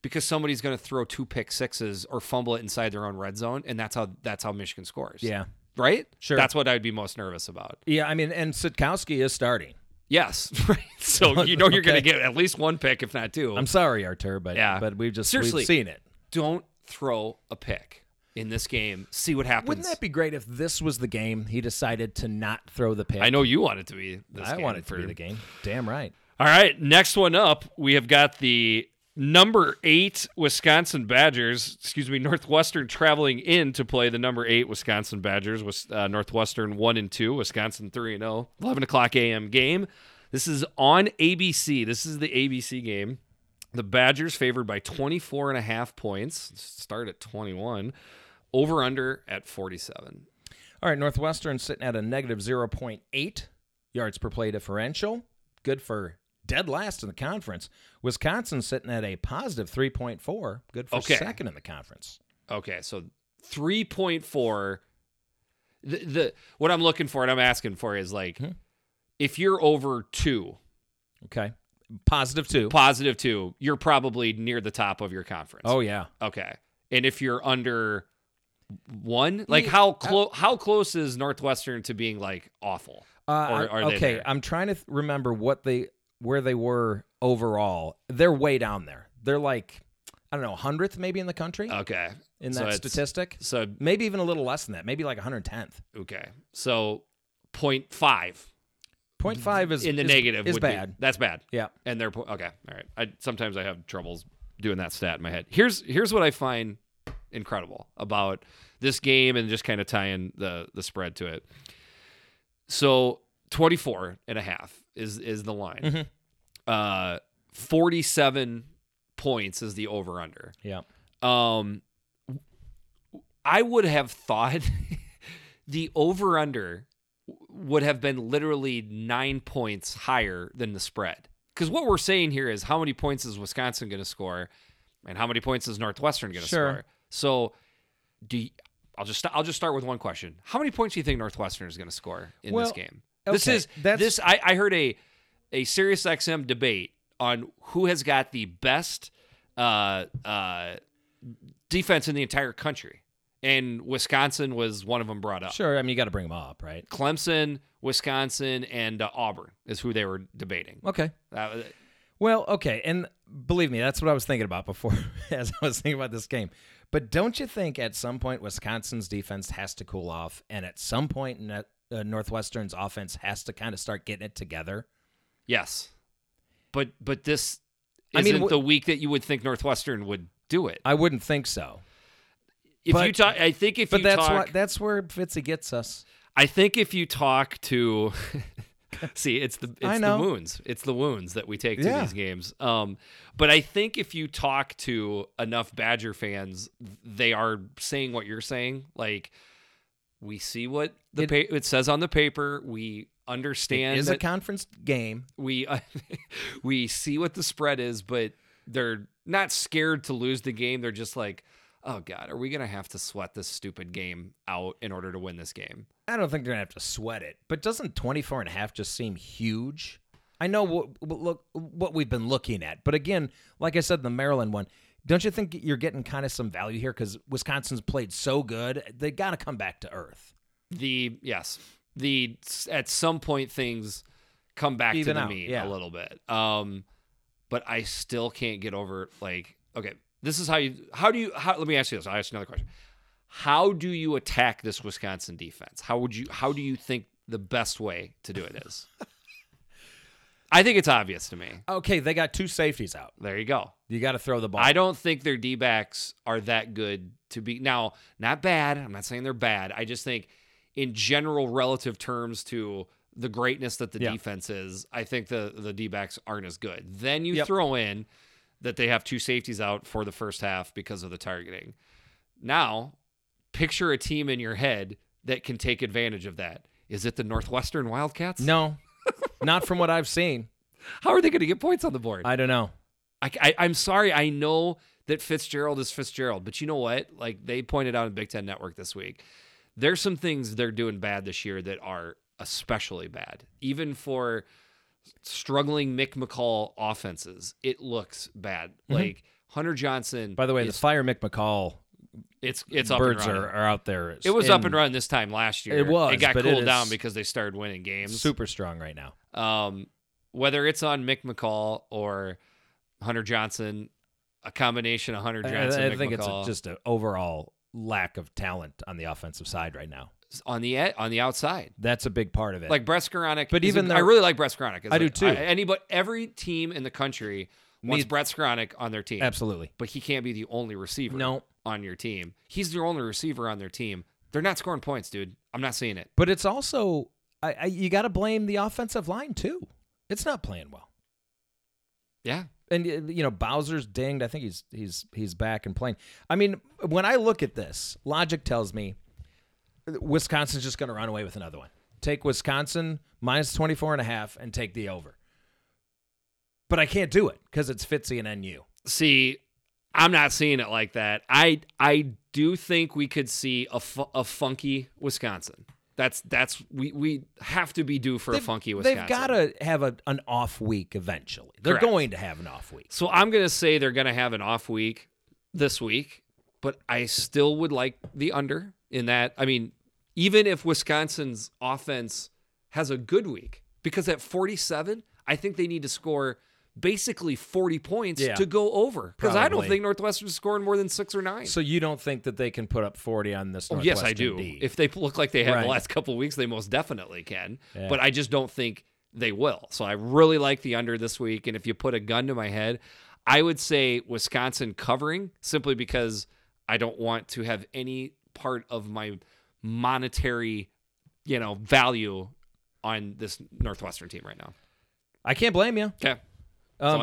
A: Because somebody's going to throw two pick sixes or fumble it inside their own red zone, and that's how that's how Michigan scores.
B: yeah,
A: right.
B: Sure.
A: That's what I'd be most nervous about.
B: yeah. I mean, and Sitkowski is starting.
A: Yes, right. So you know you're going to
B: Okay.
A: get at least one pick, if not two.
B: I'm sorry, Artur, but
A: Yeah.
B: but we've just
A: Seriously.
B: we've seen it.
A: don't throw a pick in this game. See what happens.
B: Wouldn't that be great if this was the game he decided to not throw the pick?
A: I know you want it to be this
B: I
A: game
B: want it to
A: for-
B: be the game. Damn right.
A: All right, next one up, we have got the number 8 Wisconsin Badgers, excuse me, Northwestern traveling in to play the number 8 Wisconsin Badgers with uh, Northwestern 1 and 2, Wisconsin 3 and oh, 0. 11 o'clock a.m. game. This is on ABC. This is the ABC game. The Badgers favored by 24 and a half points. Start at 21. Over under at 47.
B: All right, Northwestern sitting at a negative 0.8 yards per play differential. Good for dead last in the conference. Wisconsin sitting at a positive 3.4. Good for
A: Okay.
B: second in the conference.
A: Okay, so 3.4 the, the what I'm looking for and I'm asking for is like
B: Hmm.
A: if you're over 2,
B: Okay. Positive two.
A: positive 2, you're probably near the top of your conference.
B: oh, yeah.
A: Okay. And if you're under 1, like how close how close is Northwestern to being like awful?
B: Uh,
A: Or
B: I-
A: are they
B: okay,
A: there?
B: I'm trying to th- remember what they where they were overall. They're way down there. They're like I don't know, hundredth maybe in the country
A: Okay.
B: in
A: Uh, So
B: that
A: it's-
B: statistic.
A: So
B: Maybe even a little less than that. Maybe like 110th.
A: okay. So 0.5
B: Point five is
A: Mm, in the
B: is-
A: negative
B: is
A: would be-
B: bad.
A: that's bad.
B: Yeah.
A: and they're po- okay. All right. I sometimes I have troubles doing that stat in my head. Here's here's what I find incredible about this game and just kind of tying the the spread to it. So 24 and a half is is the line. Uh 47 points is the over under.
B: Yeah.
A: Um I would have thought the over under would have been literally nine points higher than the spread. Because what we're saying here is how many points is Wisconsin going to score, and how many points is Northwestern going to
B: Sure.
A: score. So, do you, I'll just I'll just start with one question: How many points do you think Northwestern is going to score in
B: Well,
A: this game? This
B: okay,
A: is
B: that's-
A: this I, I heard a a Sirius XM debate on who has got the best uh, uh, defense in the entire country, and Wisconsin was one of them brought up.
B: Sure. I mean, you got to bring them up, right?
A: Clemson, Wisconsin, and uh, Auburn is who they were debating.
B: Okay.
A: That was-
B: Well, okay, and believe me, that's what I was thinking about before as I was thinking about this game. But don't you think at some point Wisconsin's defense has to cool off, and at some point Net- uh, Northwestern's offense has to kind of start getting it together?
A: yes, but but this
B: I
A: isn't
B: mean, wh-
A: the week that you would think Northwestern would do it.
B: I wouldn't think so.
A: If
B: but-
A: you talk, I think if
B: But
A: you
B: that's
A: talk,
B: why that's where Fitzy gets us.
A: I think if you talk to see, it's the
B: I
A: it's the
B: know.
A: wounds. It's the wounds that we take to
B: Yeah.
A: these games. Um but I think if you talk to enough Badger fans, they are saying what you're saying. Like we see what the
B: It-
A: pa- it says on the paper. We understand
B: Is a
A: that
B: conference game.
A: we we see what the spread is, but they're not scared to lose the game. They're just like, "Oh god, are we going to have to sweat this stupid game out in order to win this game?"
B: I don't think they're gonna have to sweat it. But doesn't 24 and a half just seem huge? I know what, what look what we've been looking at, but again, like I said, in the Maryland one. Don't you think you're getting kind of some value here because Wisconsin's played so good? They got to come back to earth.
A: the yes the at some point things come back
B: Even
A: to the
B: out,
A: mean a
B: yeah.
A: little bit um but i still can't get over like okay this is how you how do you how let me ask you this i'll ask you another question how do you attack this wisconsin defense how would you how do you think the best way to do it is i think it's obvious to me
B: Okay, they got two safeties out.
A: there you go
B: You got to throw the ball.
A: I don't think their D backs are that good to be now, not bad. I'm not saying they're bad. I just think in general relative terms to the greatness that the
B: Yeah.
A: defense is, I think the the D backs aren't as good. Then you
B: Yep.
A: throw in that they have two safeties out for the first half because of the targeting. Now, picture a team in your head that can take advantage of that. Is it the Northwestern Wildcats?
B: no, not from what I've seen.
A: How are they going to get points on the board?
B: I don't know.
A: I, I, I'm sorry. I know that Fitzgerald is Fitzgerald, but you know what? Like they pointed out in Big Ten Network this week, there's some things they're doing bad this year that are especially bad, even for struggling Mick McCall offenses. It looks bad.
B: Mm-hmm.
A: Like Hunter Johnson.
B: By the way, the
A: is-
B: fire Mick McCall
A: it's it's up
B: birds
A: and
B: are,
A: running.
B: are out there.
A: it was up and running this time last year.
B: It was,
A: It got
B: but it
A: cooled down
B: is
A: because they started winning games.
B: super strong right now.
A: Um, whether it's on Mick McCall or Hunter Johnson, a combination of Hunter
B: I-
A: Johnson.
B: I,
A: Mick
B: think it's
A: McCall.
B: a, just an overall lack of talent on the offensive side right now.
A: on the e- on the outside.
B: That's a big part of it.
A: Like Brett Skoranek,
B: But
A: is
B: even
A: a-
B: though-
A: I really like Brett Skoranek. It's
B: I do
A: like-
B: too.
A: anybody, every team in the country wants Brett Skoranek on their team,
B: absolutely.
A: but he can't be the only receiver.
B: No.
A: on your team, he's the only receiver on their team. They're not scoring points, dude. I'm not seeing it.
B: But it's also I, I you got to blame the offensive line too. It's not playing well.
A: Yeah,
B: and y- you know Bowser's dinged. I think he's he's he's back and playing. I mean, when I look at this, logic tells me Wisconsin's just going to run away with another one. Take Wisconsin minus 24 and a half and take the over. But I can't do it because it's Fitzy and NU.
A: See, I'm not seeing it like that. I I do think we could see a, fu- a funky Wisconsin. That's that's we we have to be due for a funky Wisconsin.
B: They've got to have a, an off week eventually. They're
A: Correct.
B: going to have an off week.
A: So I'm going to say they're going to have an off week this week, but I still would like the under in that. I mean, even if Wisconsin's offense has a good week, because at 47, I think they need to score basically 40 points
B: Yeah.
A: to go over. Because I don't
B: Probably.
A: think Northwestern's scoring more than six or nine.
B: So you don't think that they can put up 40 on this?
A: Oh, yes, I
B: Northwestern
A: do.
B: D?
A: If they look like they have
B: Right.
A: the last couple weeks, they most definitely can.
B: Yeah.
A: But I just don't think they will. So I really like the under this week. And if you put a gun to my head, I would say Wisconsin covering simply because I don't want to have any part of my monetary, you know, value on this Northwestern team right now.
B: I can't blame you.
A: Okay.
B: Um,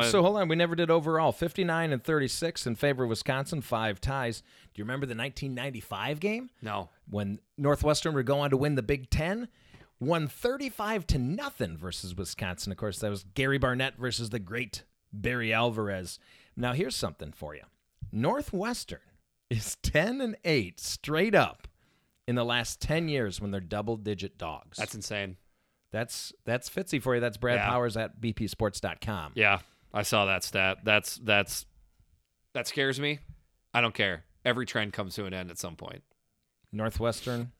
A: So I-
B: so hold on, we never did overall 59 and 36 in favor of Wisconsin, five ties. Do you remember the 1995 game
A: No.
B: when Northwestern would go on to win the Big Ten? Won 35 to nothing versus Wisconsin. Of course, that was Gary Barnett versus the great Barry Alvarez. Now here's something for you. Northwestern is 10 and 8 straight up in the last 10 years when they're double digit dogs.
A: That's insane.
B: that's that's Fitzy for you. That's Brad
A: Yeah.
B: Powers at bpsports.com.
A: Yeah, I saw that stat. That's that's that scares me. I don't care. Every trend comes to an end at some point.
B: Northwestern,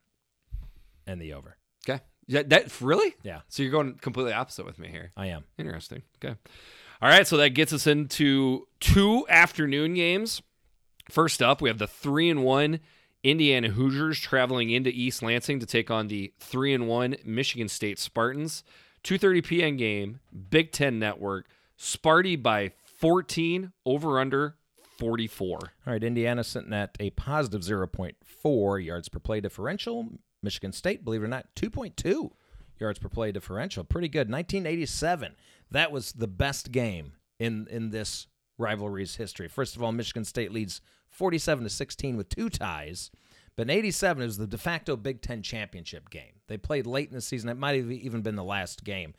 B: and the over.
A: Okay. Yeah, that really?
B: Yeah.
A: So you're going completely opposite with me here.
B: I am.
A: Interesting. Okay. All right, so that gets us into two afternoon games. First up, we have the 3 and 1 Indiana Hoosiers traveling into East Lansing to take on the 3 and 1 Michigan State Spartans. 2:30 p.m. game, Big 10 Network. Sparty by 14 over under 44.
B: All right, Indiana sitting at a positive 0.4 yards per play differential. Michigan State, believe it or not, 2.2 yards per play differential. Pretty good. 1987. That was the best game in in this rivalry's history. First of all, Michigan State leads 47 to 16 with two ties. But in 87, it was the de facto Big Ten championship game. They played late in the season. It might have even been the last game.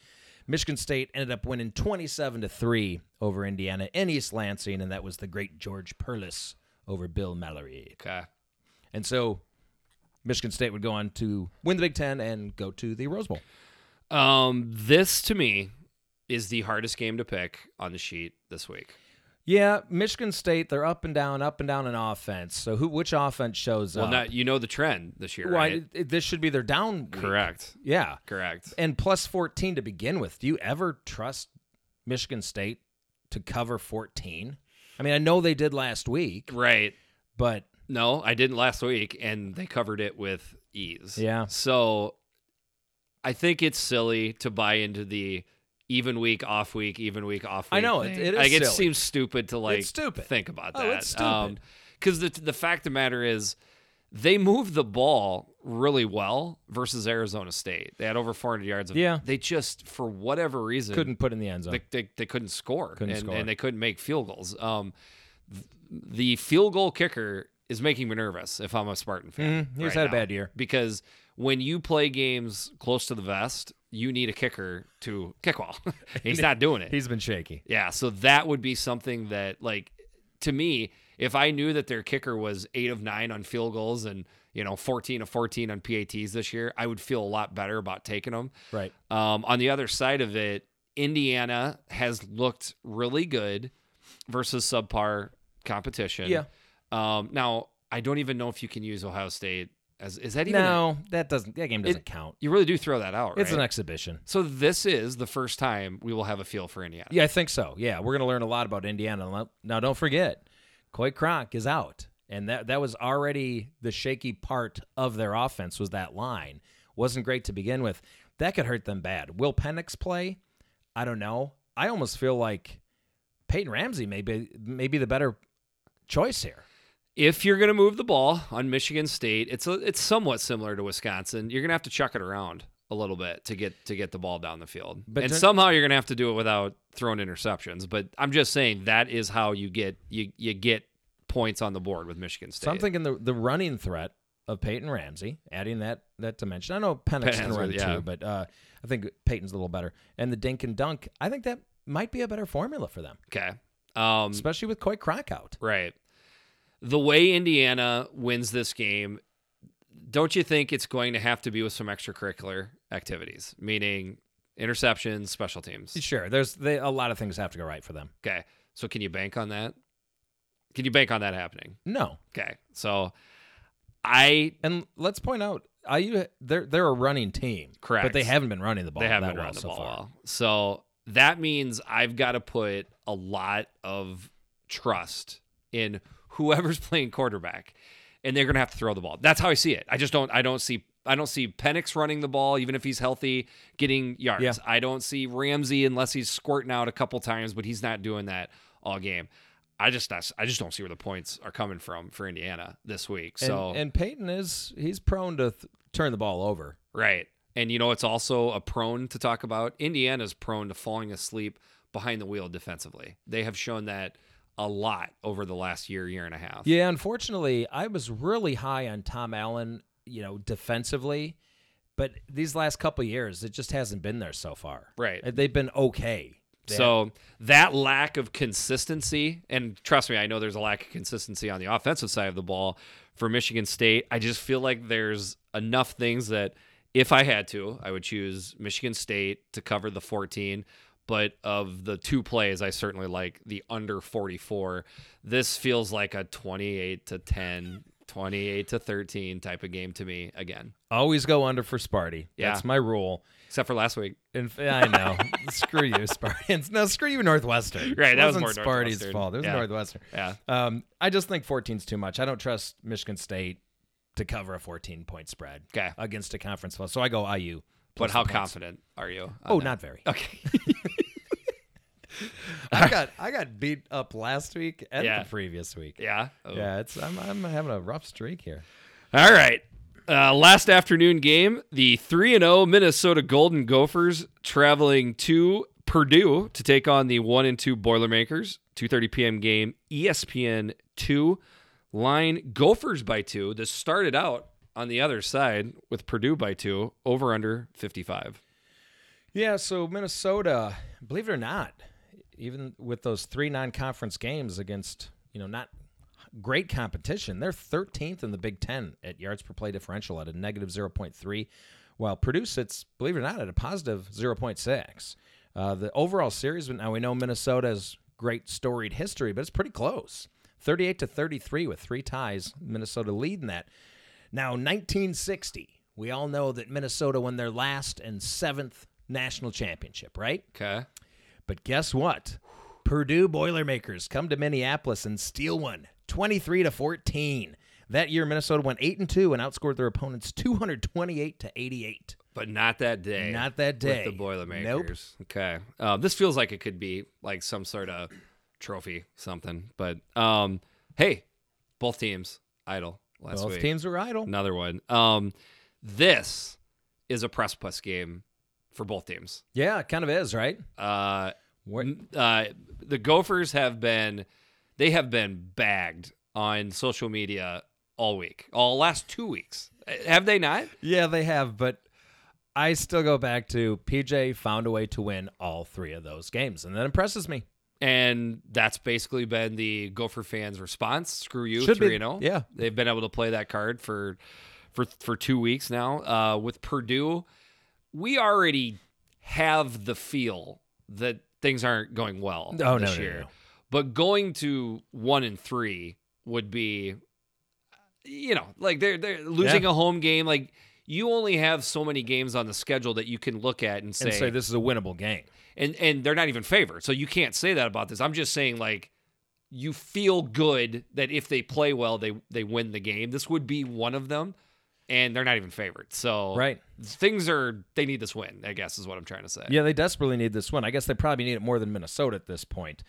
B: Michigan State ended up winning 27 to 3 over Indiana in East Lansing, and that was the great George Perlis over Bill Mallory.
A: Okay.
B: And so Michigan State would go on to win the Big Ten and go to the Rose Bowl.
A: Um this to me is the hardest game to pick on the sheet this week.
B: Yeah, Michigan State, they're up and down, up and down in offense. So who which offense shows
A: Well,
B: up?
A: not you know the trend this year,
B: Well,
A: right?
B: it- it- this should be their down week.
A: Correct.
B: Yeah.
A: Correct.
B: And plus 14 to begin with. Do you ever trust Michigan State to cover 14? I mean, I know they did last week,
A: Right.
B: but
A: No, I didn't last week, and they covered it with ease.
B: Yeah.
A: So I think it's silly to buy into the even week, off week, even week, off week.
B: I know, it-
A: thing.
B: it is
A: like it
B: silly.
A: seems stupid to like
B: It's stupid.
A: think about that.
B: Oh, it's stupid.
A: Because the the fact of the matter is, they moved the ball really well versus Arizona State. They had over 400 yards. Of,
B: Yeah.
A: They just for whatever reason
B: couldn't put in the end zone.
A: they, they, they couldn't score
B: Couldn't
A: and,
B: score.
A: and they couldn't make field goals. Um, th- the field goal kicker is making me nervous if I'm a Spartan fan.
B: Mhm. He's
A: right
B: had a
A: now.
B: bad year.
A: because when you play games close to the vest, you need a kicker to kick well. He's not doing it.
B: He's been shaky.
A: Yeah, so that would be something that like to me, if I knew that their kicker was 8 of 9 on field goals and, you know, 14 of 14 on PATs this year, I would feel a lot better about taking them.
B: Right.
A: Um, on the other side of it, Indiana has looked really good versus subpar competition.
B: Yeah.
A: Um, now I don't even know if you can use Ohio State as is that even?
B: No, that doesn't that game doesn't
A: It-
B: count.
A: you really do throw that out.
B: It's
A: right?
B: an exhibition.
A: so this is the first time we will have a feel for Indiana.
B: Yeah, I think so. Yeah, we're going to learn a lot about Indiana. Now- Now, don't forget, Coy Cronk is out, and that that was already the shaky part of their offense was that line wasn't great to begin with. That could hurt them bad. Will Penix play? I don't know. I almost feel like Peyton Ramsey may be, may be the better choice here.
A: if you're going to move the ball on Michigan State, it's a, it's somewhat similar to Wisconsin. You're going to have to chuck it around a little bit to get to get the ball down the field.
B: But
A: and
B: don't-
A: somehow you're gonna have to do it without throwing interceptions. But I'm just saying that is how you get you you get points on the board with Michigan State.
B: So I'm thinking the the running threat of Peyton Ramsey, adding that that dimension. I know Penix can
A: Penix,
B: run
A: yeah.
B: too, but uh, I think Peyton's a little better. And the dink and dunk, I think that might be a better formula for them,
A: Okay. Um,
B: especially with Coy Crock out.
A: Right. The way Indiana wins this game, don't you think it's going to have to be with some extracurricular activities, meaning interceptions, special teams?
B: Sure, there's they, a lot of things have to go right for them.
A: Okay. So can you bank on that? Can you bank on that happening?
B: No,
A: Okay. So I
B: and let's point out, IU they're they're a running team, But
A: Correct.
B: they haven't been running the ball.
A: they haven't
B: that
A: run
B: well
A: the
B: so
A: ball
B: far.
A: well. So that means I've got to put a lot of trust in whoever's playing quarterback, and they're going to have to throw the ball. That's how I see it. I just don't. I don't see. I don't see Penix running the ball, even if he's healthy, getting yards.
B: Yeah.
A: I don't see Ramsey unless he's squirting out a couple times, but he's not doing that all game. I just not, I just don't see where the points are coming from for Indiana this week.
B: And,
A: So
B: and Peyton is he's prone to th- turn the ball over.
A: Right. And you know it's also a prone to talk about. Indiana's prone to falling asleep behind the wheel defensively. They have shown that a lot over the last year, year and a half.
B: Yeah, unfortunately, I was really high on Tom Allen, you know, defensively, but these last couple years, it just hasn't been there so far.
A: Right.
B: Uh, They've been okay. They-
A: So that lack of consistency, and trust me, I know there's a lack of consistency on the offensive side of the ball for Michigan State. I just feel like there's enough things that if I had to, I would choose Michigan State to cover the 14. But of the two plays, I certainly like the under 44. This feels like a 28 to 10, 28 to 13 type of game to me again,
B: always go under for Sparty. That's
A: Yeah.
B: my rule.
A: except for last week.
B: And f- I know, screw you, Spartans. No, screw you, Northwestern.
A: Right,
B: It
A: that was
B: wasn't
A: more
B: Sparty's
A: Northwestern.
B: fault. It was
A: Yeah.
B: Northwestern.
A: Yeah.
B: Um, I just think 14's too much. I don't trust Michigan State to cover a 14 point spread
A: Okay.
B: against a conference foe. So I go IU.
A: But
B: plus
A: how
B: the points.
A: confident are you? on
B: Oh,
A: that?
B: not very.
A: Okay.
B: I got I got beat up last week and
A: Yeah.
B: the previous week.
A: Yeah. Oh.
B: Yeah, it's I'm I'm having a rough streak here.
A: All right. Uh, last afternoon game, the 3 and 0 Minnesota Golden Gophers traveling to Purdue to take on the 1 and 2 Boilermakers. 2:30 p.m. game, E ESPN 2 line Gophers by 2. This started out on the other side with Purdue by 2 over under 55.
B: Yeah, so Minnesota, believe it or not, even with those three non-conference games against, you know, not great competition, they're 13th in the Big 10 at yards per play differential at a negative 0.3, while Purdue sits, believe it or not, at a positive 0.6. Uh, the overall series, now we know Minnesota's great storied history, but it's pretty close. 38 to 33 with three ties, Minnesota leading that. Now, 1960, we all know that Minnesota won their last and seventh national championship, right?
A: Okay.
B: But guess what? Purdue Boilermakers come to Minneapolis and steal one, 23 to 14. That year, Minnesota went 8 and 2 and outscored their opponents 228 to 88.
A: But not that day.
B: Not that day.
A: With the
B: Nope.
A: Boilermakers. Okay. Uh, this feels like it could be like some sort of trophy, something. But um, hey, both teams idle last
B: Both
A: week.
B: teams were idle.
A: Another one. Um, this is a press plus game for both teams.
B: Yeah, it kind of is, right?
A: Uh,
B: What-
A: n- uh, the Gophers have been, they have been bagged on social media all week, all last two weeks. Uh, Have they not?
B: Yeah, they have, but I still go back to PJ found a way to win all three of those games, and that impresses me.
A: And that's basically been the Gopher fans' response. Screw you,
B: Should be.
A: three and oh? zero.
B: Yeah.
A: they've been able to play that card for for for two weeks now. Uh, with Purdue, we already have the feel that things aren't going well
B: Oh, no,
A: this
B: no,
A: year.
B: no.
A: But going to one and three would be, you know, like they're they're losing a home game. Like you only have so many games on the schedule that you can look at and say,
B: and say this is a winnable game.
A: and and they're not even favored. So you can't say that about this. I'm just saying like you feel good that if they play well, they they win the game. This would be one of them, and they're not even favored. So
B: Right.
A: things are they need this win. I guess is what I'm trying to say.
B: Yeah, they desperately need this win. I guess they probably need it more than Minnesota at this point.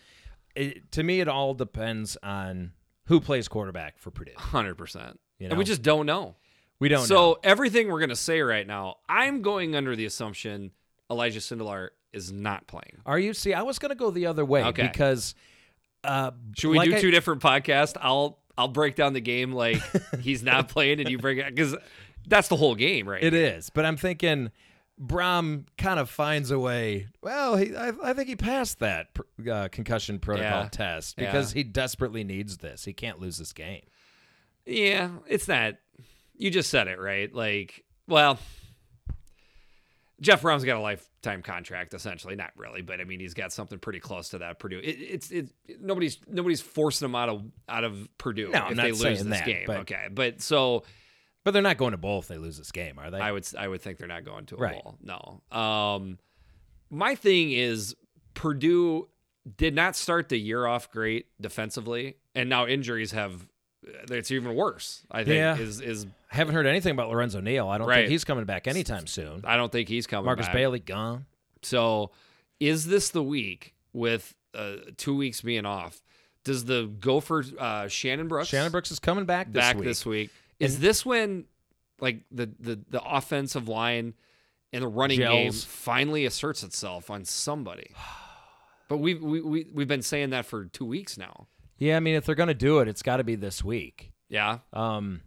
B: It, to me, it all depends on who plays quarterback for Purdue.
A: Hundred percent.
B: You
A: And we
B: know?
A: just don't know.
B: We don't
A: so
B: know.
A: everything we're gonna say right now, I'm going under the assumption Elijah Sindelar is not playing.
B: Are you? See, I was going to go the other way
A: Okay.
B: because. Uh,
A: Should we
B: like
A: do
B: I-
A: two different podcasts? I'll I'll break down the game like he's not playing, and you break it because that's the whole game, right?
B: It is, but I'm thinking Brom kind of finds a way. Well, he, I, I think he passed that pr- uh, concussion protocol
A: Yeah.
B: test
A: Yeah.
B: because he desperately needs this. He can't lose this game.
A: Yeah, it's not. You just said it right. Like, well, Jeff Brom's got a lifetime contract, essentially. Not really, but I mean, he's got something pretty close to that. Purdue. It, it's it. Nobody's nobody's forcing him out of out of Purdue
B: No, I'm
A: if
B: not
A: they lose
B: saying
A: this
B: that,
A: game.
B: but-
A: okay, but so
B: But they're not going to bowl if they lose this game, are they?
A: I would I would think they're not going to a
B: Right.
A: bowl. No. Um, my thing is Purdue did not start the year off great defensively, and now injuries have. It's even worse. I think
B: Yeah.
A: is is
B: Haven't heard anything about Lorenzo Neal. I don't
A: Right.
B: think he's coming back anytime soon.
A: I don't think he's coming.
B: Marcus
A: back.
B: Bailey gone.
A: So, is this the week with uh, two weeks being off? Does the Gopher uh, Shannon Brooks
B: Shannon Brooks is coming back this
A: back
B: week.
A: this week? Is this when like the the the offensive line and the running game
B: Gels.
A: finally asserts itself on somebody? But we've we, we we've been saying that for two weeks now.
B: Yeah, I mean, if they're going to do it, it's got to be this week.
A: Yeah,
B: Um,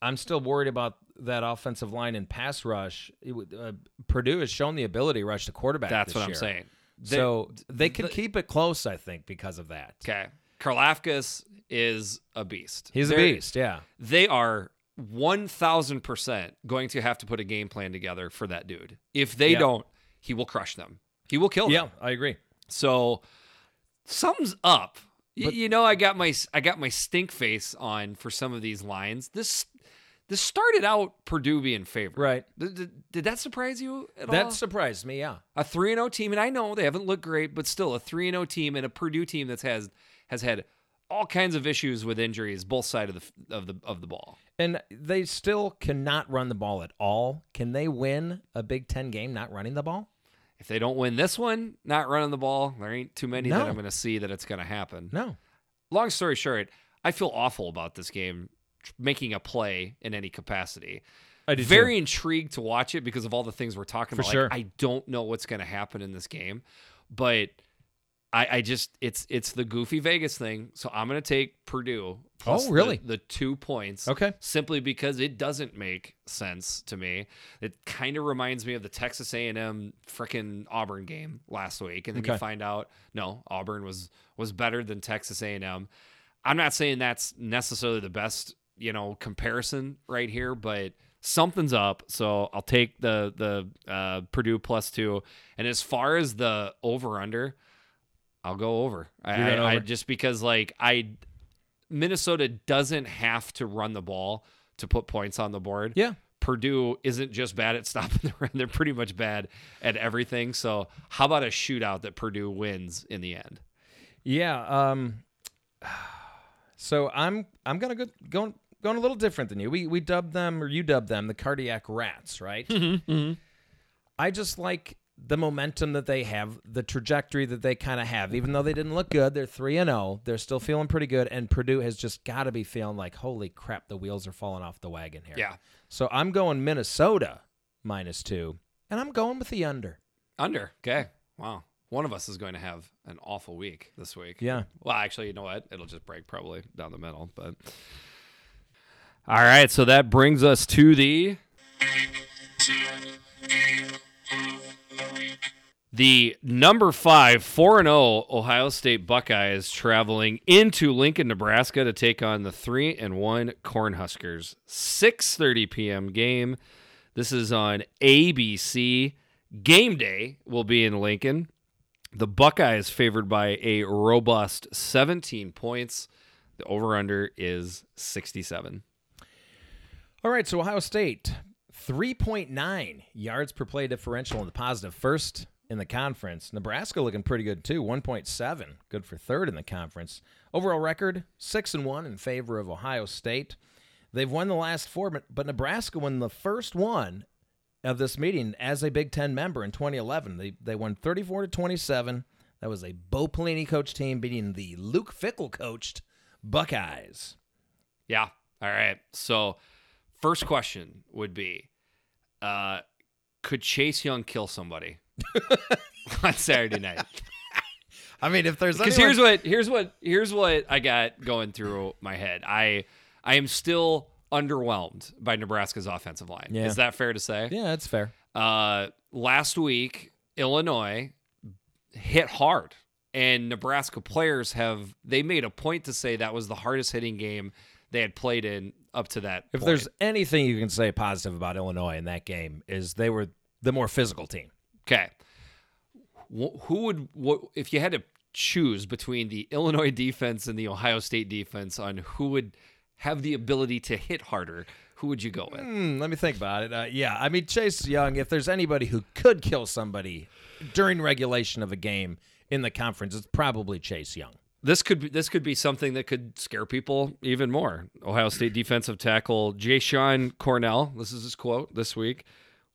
B: I'm still worried about that offensive line and pass rush. It would- uh, Purdue has shown the ability to rush the quarterback.
A: that's
B: this
A: what I'm
B: year.
A: saying. They-
B: so they can keep it close, I think, because of that.
A: okay, Karlafkas is a beast.
B: He's
A: There-
B: a beast, yeah.
A: they are 1000% going to have to put a game plan together for that dude. If they
B: Yeah.
A: don't, he will crush them. He will kill them.
B: Yeah, I agree.
A: So something's up. Y- you know, I got my s- I got my stink face on for some of these lines. This this started out Purdue being favored.
B: Right.
A: Th- th- did that surprise you at all?
B: That surprised me, yeah.
A: a 3 and 0 team and I know they haven't looked great but still a 3 and 0 team and a Purdue team that's has has had all kinds of issues with injuries both side of the f- of the of the ball.
B: And they still cannot run the ball at all. Can they win a Big Ten game not running the ball?
A: if they don't win this one, not running the ball, there ain't too many
B: No.
A: that I'm going to see that it's going to happen.
B: No.
A: Long story short, I feel awful about this game tr- making a play in any capacity.
B: I
A: Very intrigued to watch it because of all the things we're talking
B: For
A: about.
B: sure.
A: Like, I don't know what's going to happen in this game, but I, I just it's it's the goofy Vegas thing. So I'm going to take Purdue. plus the-
B: Oh, really?
A: The, two points.
B: Okay.
A: Simply because it doesn't make sense to me. It kind of reminds me of the Texas A&M freaking Auburn game last week, and then you
B: Okay.
A: find out no Auburn was was better than Texas A&M. I'm not saying that's necessarily the best you know comparison right here, but something's up. So I'll take the the uh, Purdue plus two. And as far as the over under, I'll go over. I,
B: You're going
A: I- I-
B: over.
A: just because like I Minnesota doesn't have to run the ball to put points on the board.
B: Yeah.
A: Purdue isn't just bad at stopping the run; they're pretty much bad at everything. So, how about a shootout that Purdue wins in the end?
B: Yeah. Um, so I'm I'm gonna go going going a little different than you. We we dubbed them or you dubbed them the cardiac rats, right? I just like the momentum that they have, the trajectory that they kind of have. Even though they didn't look good, they're three and zero. They're still feeling pretty good, and Purdue has just got to be feeling like, holy crap, the wheels are falling off the wagon here.
A: Yeah.
B: So I'm going Minnesota minus two, and I'm going with the under.
A: Under. Okay. Wow. One of us is going to have an awful week this week.
B: Yeah.
A: Well, actually, you know what? It'll just break probably down the middle, but All right, so that brings us to the the number 5 4 and 0 Ohio State Buckeyes traveling into Lincoln, Nebraska to take on the 3 and 1 Cornhuskers. 6:30 p.m. game. This is on ABC. Game day will be in Lincoln. The Buckeyes favored by a robust 17 points. The over under is 67.
B: All right, so Ohio State, 3.9 yards per play differential in the positive, first in the conference. Nebraska looking pretty good too, 1.7, good for third in the conference. Overall record, 6 and 1 in favor of Ohio State. They've won the last four, but- but Nebraska won the first one of this meeting as a Big Ten member in 2011. They, they won 34 to 27. That was a Bo Pelini coach team beating the Luke Fickle coached Buckeyes.
A: Yeah. All right. So First question would be uh, Could Chase Young kill somebody on Saturday night?
B: I mean, if there's
A: Because here's what here's what here's what I got going through my head. I I am still underwhelmed by Nebraska's offensive line.
B: Yeah.
A: Is that fair to say?
B: yeah, that's fair.
A: Uh, last week, Illinois hit hard, and Nebraska players have they made a point to say that was the hardest hitting game they had played in up to that.
B: If
A: point.
B: there's anything you can say positive about Illinois in that game is they were the more physical team.
A: okay, Wh- who would what if you had to choose between the Illinois defense and the Ohio State defense on who would have the ability to hit harder? Who would you go with?
B: Hmm, let me think about it. Uh, yeah, I mean Chase Young. If there's anybody who could kill somebody during regulation of a game in the conference, it's probably Chase Young.
A: This could be, this could be something that could scare people even more. Ohio State defensive tackle Jay Sean Cornell. This is his quote this week.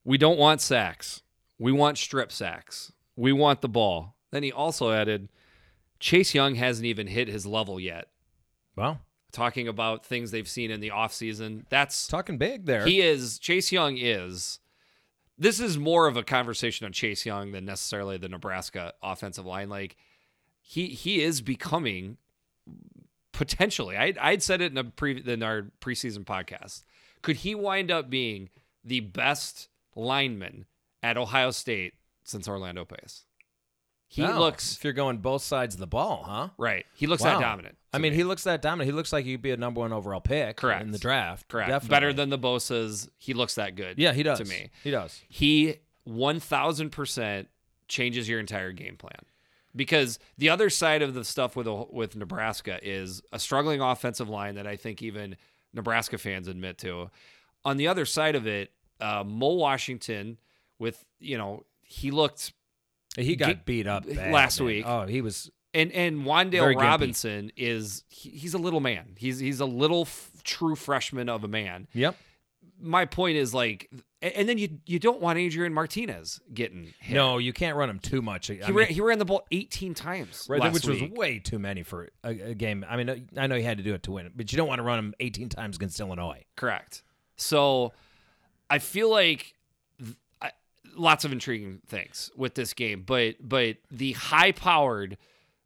A: We don't want sacks. We want strip sacks. We want the ball. Then he also added, Chase Young hasn't even hit his level yet.
B: Well,
A: Talking about things they've seen in the offseason. That's
B: talking big there.
A: he is Chase Young is this is more of a conversation on Chase Young than necessarily the Nebraska offensive line. Like he he is becoming potentially. I I'd said it in a pre in our preseason podcast. Could he wind up being the best lineman at Ohio State since Orlando Pace? He
B: Oh,
A: looks
B: If you're going both sides of the ball, huh?
A: right. He looks that
B: Wow.
A: dominant.
B: I
A: to
B: mean,
A: me.
B: he looks that dominant. He looks like he'd be a number one overall pick.
A: Correct.
B: in the draft.
A: correct
B: Definitely.
A: better than the Bosa's. He looks that good.
B: yeah. He does
A: to me.
B: He does.
A: he 1000% changes your entire game plan because the other side of the stuff with with Nebraska is a struggling offensive line that I think even Nebraska fans admit to. On the other side of it, uh, Mo Washington with you know he looked
B: He got
A: Get-
B: beat up bad,
A: last
B: man.
A: week.
B: Oh, he was
A: and and Wandale
B: Very gimpy.
A: Robinson is he, he's a little man. He's he's a little f- true freshman of a man.
B: Yep.
A: My point is like, and and then you you don't want Adrian Martinez getting hit.
B: No, you can't run him too much. I
A: He,
B: mean,
A: ran, he ran the ball 18 times
B: right,
A: last
B: which
A: week.
B: was way too many for a, a game. I mean, I know he had to do it to win it, but you don't want to run him 18 times against Illinois.
A: correct. So I feel like th- I, lots of intriguing things with this game, but but the high-powered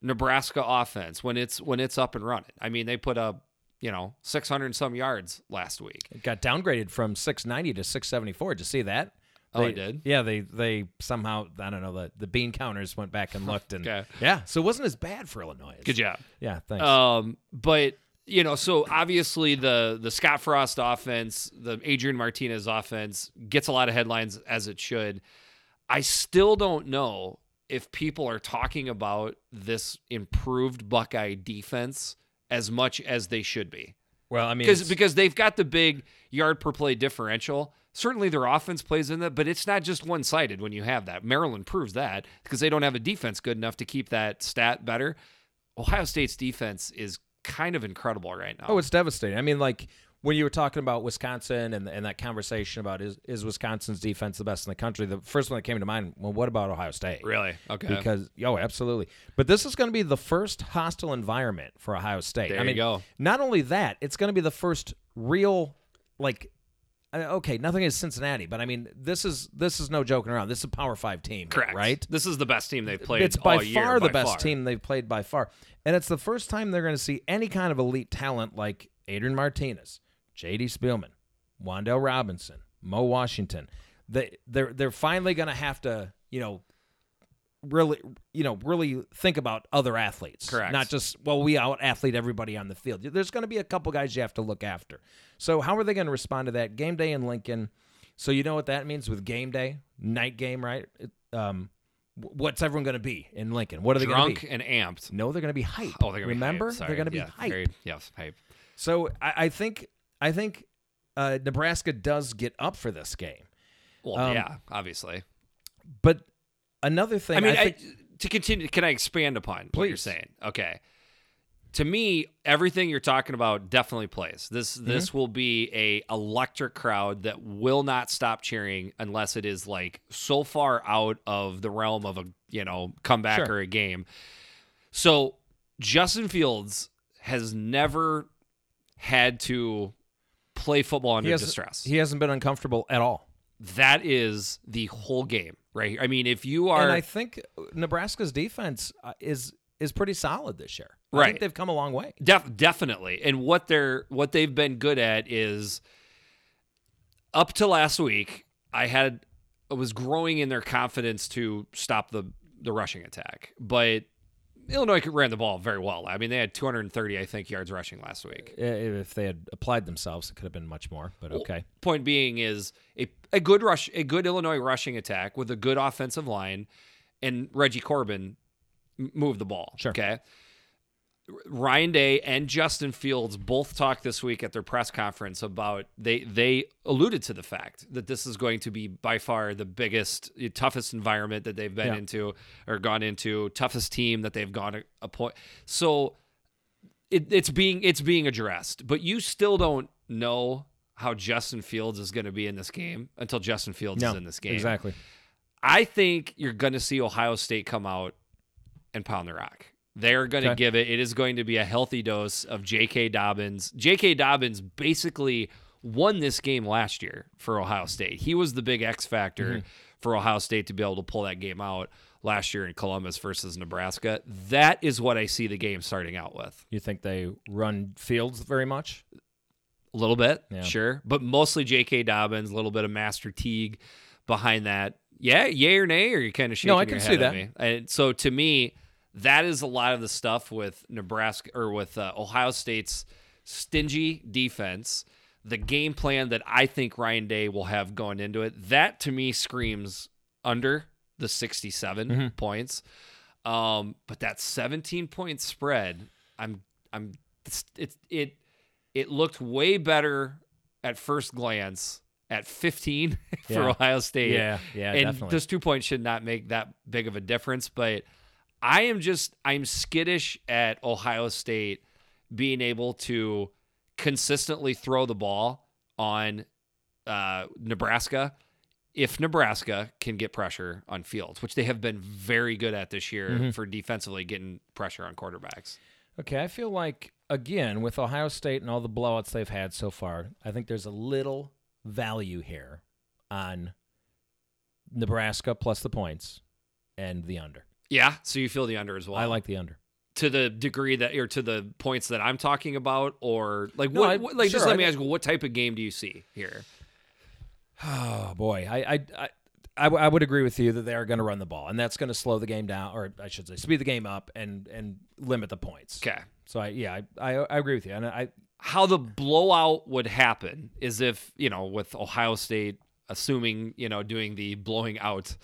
A: Nebraska offense when it's when it's up and running. I mean, they put up you know 600 and some yards last week.
B: It got downgraded from 690 to 674. Did you see that?
A: Oh, I
B: They-
A: did?
B: Yeah, they they somehow I don't know the the bean counters went back and looked and
A: Okay.
B: yeah, so it wasn't as bad for Illinois.
A: Good job.
B: Yeah, thanks.
A: Um, but you know, so obviously the the Scott Frost offense, the Adrian Martinez offense, gets a lot of headlines as it should. I still don't know if people are talking about this improved Buckeye defense as much as they should be
B: well, I mean,
A: because
B: it's-
A: because they've got the big yard per play differential. Certainly their offense plays in that, but it's not just one sided when you have that. Maryland proves that because they don't have a defense good enough to keep that stat better. Ohio State's defense is kind of incredible right now.
B: Oh, it's devastating. I mean, like when you were talking about Wisconsin and and that conversation about is is Wisconsin's defense the best in the country? The first one that came to mind. Well, what about Ohio State?
A: really? Okay.
B: Because oh, absolutely. But this is going to be the first hostile environment for Ohio State.
A: There
B: I
A: you
B: mean,
A: go.
B: not only that, it's going to be the first real like. uh, Okay, nothing is Cincinnati, but I mean, this is this is no joking around. This is a Power Five team,
A: Correct.
B: Right?
A: This is the best team they've played.
B: It's by
A: all year,
B: far the
A: by
B: best
A: far.
B: team they've played by far, and it's the first time they're going to see any kind of elite talent like Adrian Martinez, J.D. Spielman, Wandell Robinson, Mo Washington. They they're they're finally going to have to you know really you know really think about other athletes,
A: Correct.
B: Not just well we out athlete everybody on the field. There's going to be a couple guys you have to look after. So how are they going to respond to that game day in Lincoln? So you know what that means with game day, night game, right? It- um, wh- what's everyone going to be in Lincoln? What are they going to
A: Drunk
B: be?
A: and amped.
B: No, they're going to be hype.
A: Oh, they're gonna
B: remember
A: be hype. Sorry.
B: they're going to be
A: yeah,
B: hype.
A: very- yes, hype.
B: So I, I think I think uh, Nebraska does get up for this game,
A: Well,
B: Um,
A: yeah, obviously.
B: but another thing
A: I mean, I
B: think,
A: to continue, can I expand upon what you're
B: Please.
A: saying? Okay. To me, everything you're talking about definitely plays. This
B: Mm-hmm.
A: this will be a electric crowd that will not stop cheering unless it is like so far out of the realm of a you know comeback
B: Sure.
A: or a game. So Justin Fields has never had to play football under
B: He hasn't-
A: distress.
B: He hasn't been uncomfortable at all.
A: that is the whole game right here. I mean, if you are
B: and I think Nebraska's defense uh, is is pretty solid this year. I
A: Right.
B: think they've come a long way.
A: Def- definitely. And what they're what they've been good at is up to last week, I had I was growing in their confidence to stop the the rushing attack, but Illinois could- ran the ball very well. I mean, they had 230, I think, yards rushing last week.
B: I- If they had applied themselves, it could have been much more. But okay,
A: Point being is a, a good rush, a good Illinois rushing attack with a good offensive line, and Reggie Corbin m- moved the ball.
B: Sure.
A: Okay. Ryan Day and Justin Fields both talked this week at their press conference about they they alluded to the fact that this is going to be by far the biggest, the toughest environment that they've been
B: Yeah.
A: into or gone into, toughest team that they've gone a, a point. So it, it's being it's being addressed, but you still don't know how Justin Fields is going to be in this game until Justin Fields
B: no,
A: is in this game.
B: exactly.
A: I think you're going to see Ohio State come out and pound the rock. They're going to
B: Okay.
A: give it. It is going to be a healthy dose of J.K. Dobbins. J.K. Dobbins basically won this game last year for Ohio State. He was the big X factor for Ohio State to be able to pull that game out last year in Columbus versus Nebraska. That is what I see the game starting out with.
B: You think they run Fields very much?
A: A little bit,
B: Yeah.
A: sure, but mostly J.K. Dobbins, a little bit of Master Teague behind that. Yeah, yay or nay, or you kind of shaking
B: No, I
A: your
B: can
A: head
B: see
A: at
B: that.
A: me. And so to me, that is a lot of the stuff with Nebraska or with uh, Ohio State's stingy defense, the game plan that I think Ryan Day will have going into it. That to me screams under the 67
B: Mm-hmm.
A: points. Um, but that 17 point spread, I'm I'm it's, it it it looked way better at first glance at 15 for
B: Yeah.
A: Ohio State.
B: Yeah, yeah,
A: and
B: definitely.
A: this two points should not make that big of a difference, but I am just I'm skittish at Ohio State being able to consistently throw the ball on uh, Nebraska if Nebraska can get pressure on Fields, which they have been very good at this year
B: Mm-hmm.
A: for defensively getting pressure on quarterbacks.
B: Okay, I feel like again with Ohio State and all the blowouts they've had so far, I think there's a little value here on Nebraska plus the points and the under.
A: Yeah, so you feel the under as well.
B: I like the under.
A: to the degree that or to the points that I'm talking about, or like
B: No,
A: what,
B: I-
A: what- like just
B: sure,
A: let
B: I
A: me
B: get-
A: ask you, what type of game do you see here?
B: Oh boy, I I I, I, w- I would agree with you that they are going to run the ball, and that's going to slow the game down, or I should say, speed the game up and and limit the points.
A: Okay.
B: So I yeah I, I, I agree with you, and I
A: how the blowout would happen is if you know with Ohio State assuming you know doing the blowing out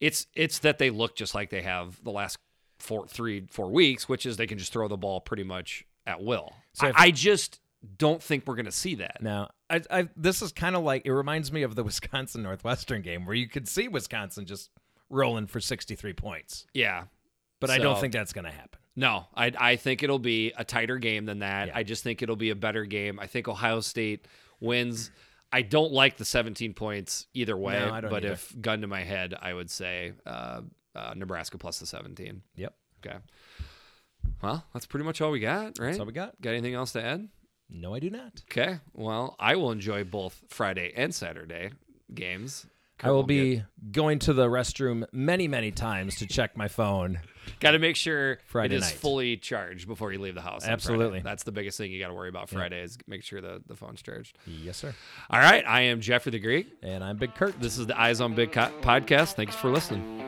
A: it's it's that they look just like they have the last four three four weeks which is they can just throw the ball pretty much at will
B: So
A: I,
B: if-
A: I just don't think we're gonna see that
B: now I, I this is kind of like it reminds me of the Wisconsin Northwestern game where you could see Wisconsin just rolling for sixty three points,
A: yeah
B: but I don't
A: So-
B: think that's going to happen.
A: No, I I think it'll be a tighter game than that.
B: Yeah.
A: I just think it'll be a better game. I think Ohio State wins. I don't like the 17 points either way,
B: No, I don't
A: but
B: either.
A: if gun to my head, I would say uh, uh, Nebraska plus the 17.
B: Yep,
A: Okay. Well, that's pretty much all we got, right?
B: that's all we got.
A: Got anything else to add?
B: No, I do not.
A: Okay. Well, I will enjoy both Friday and Saturday games.
B: I will be going to the restroom many many times to check my phone.
A: Got to make sure
B: Friday
A: it is
B: night.
A: fully charged before you leave the house. on Friday.
B: Absolutely.
A: That's the biggest thing you got to worry about Friday is make sure the, the phone's charged.
B: yes, sir.
A: All right. I am Jeffrey the Greek.
B: And I'm Big Kurt.
A: This is the Eyes on Big Co- podcast. Thanks for listening.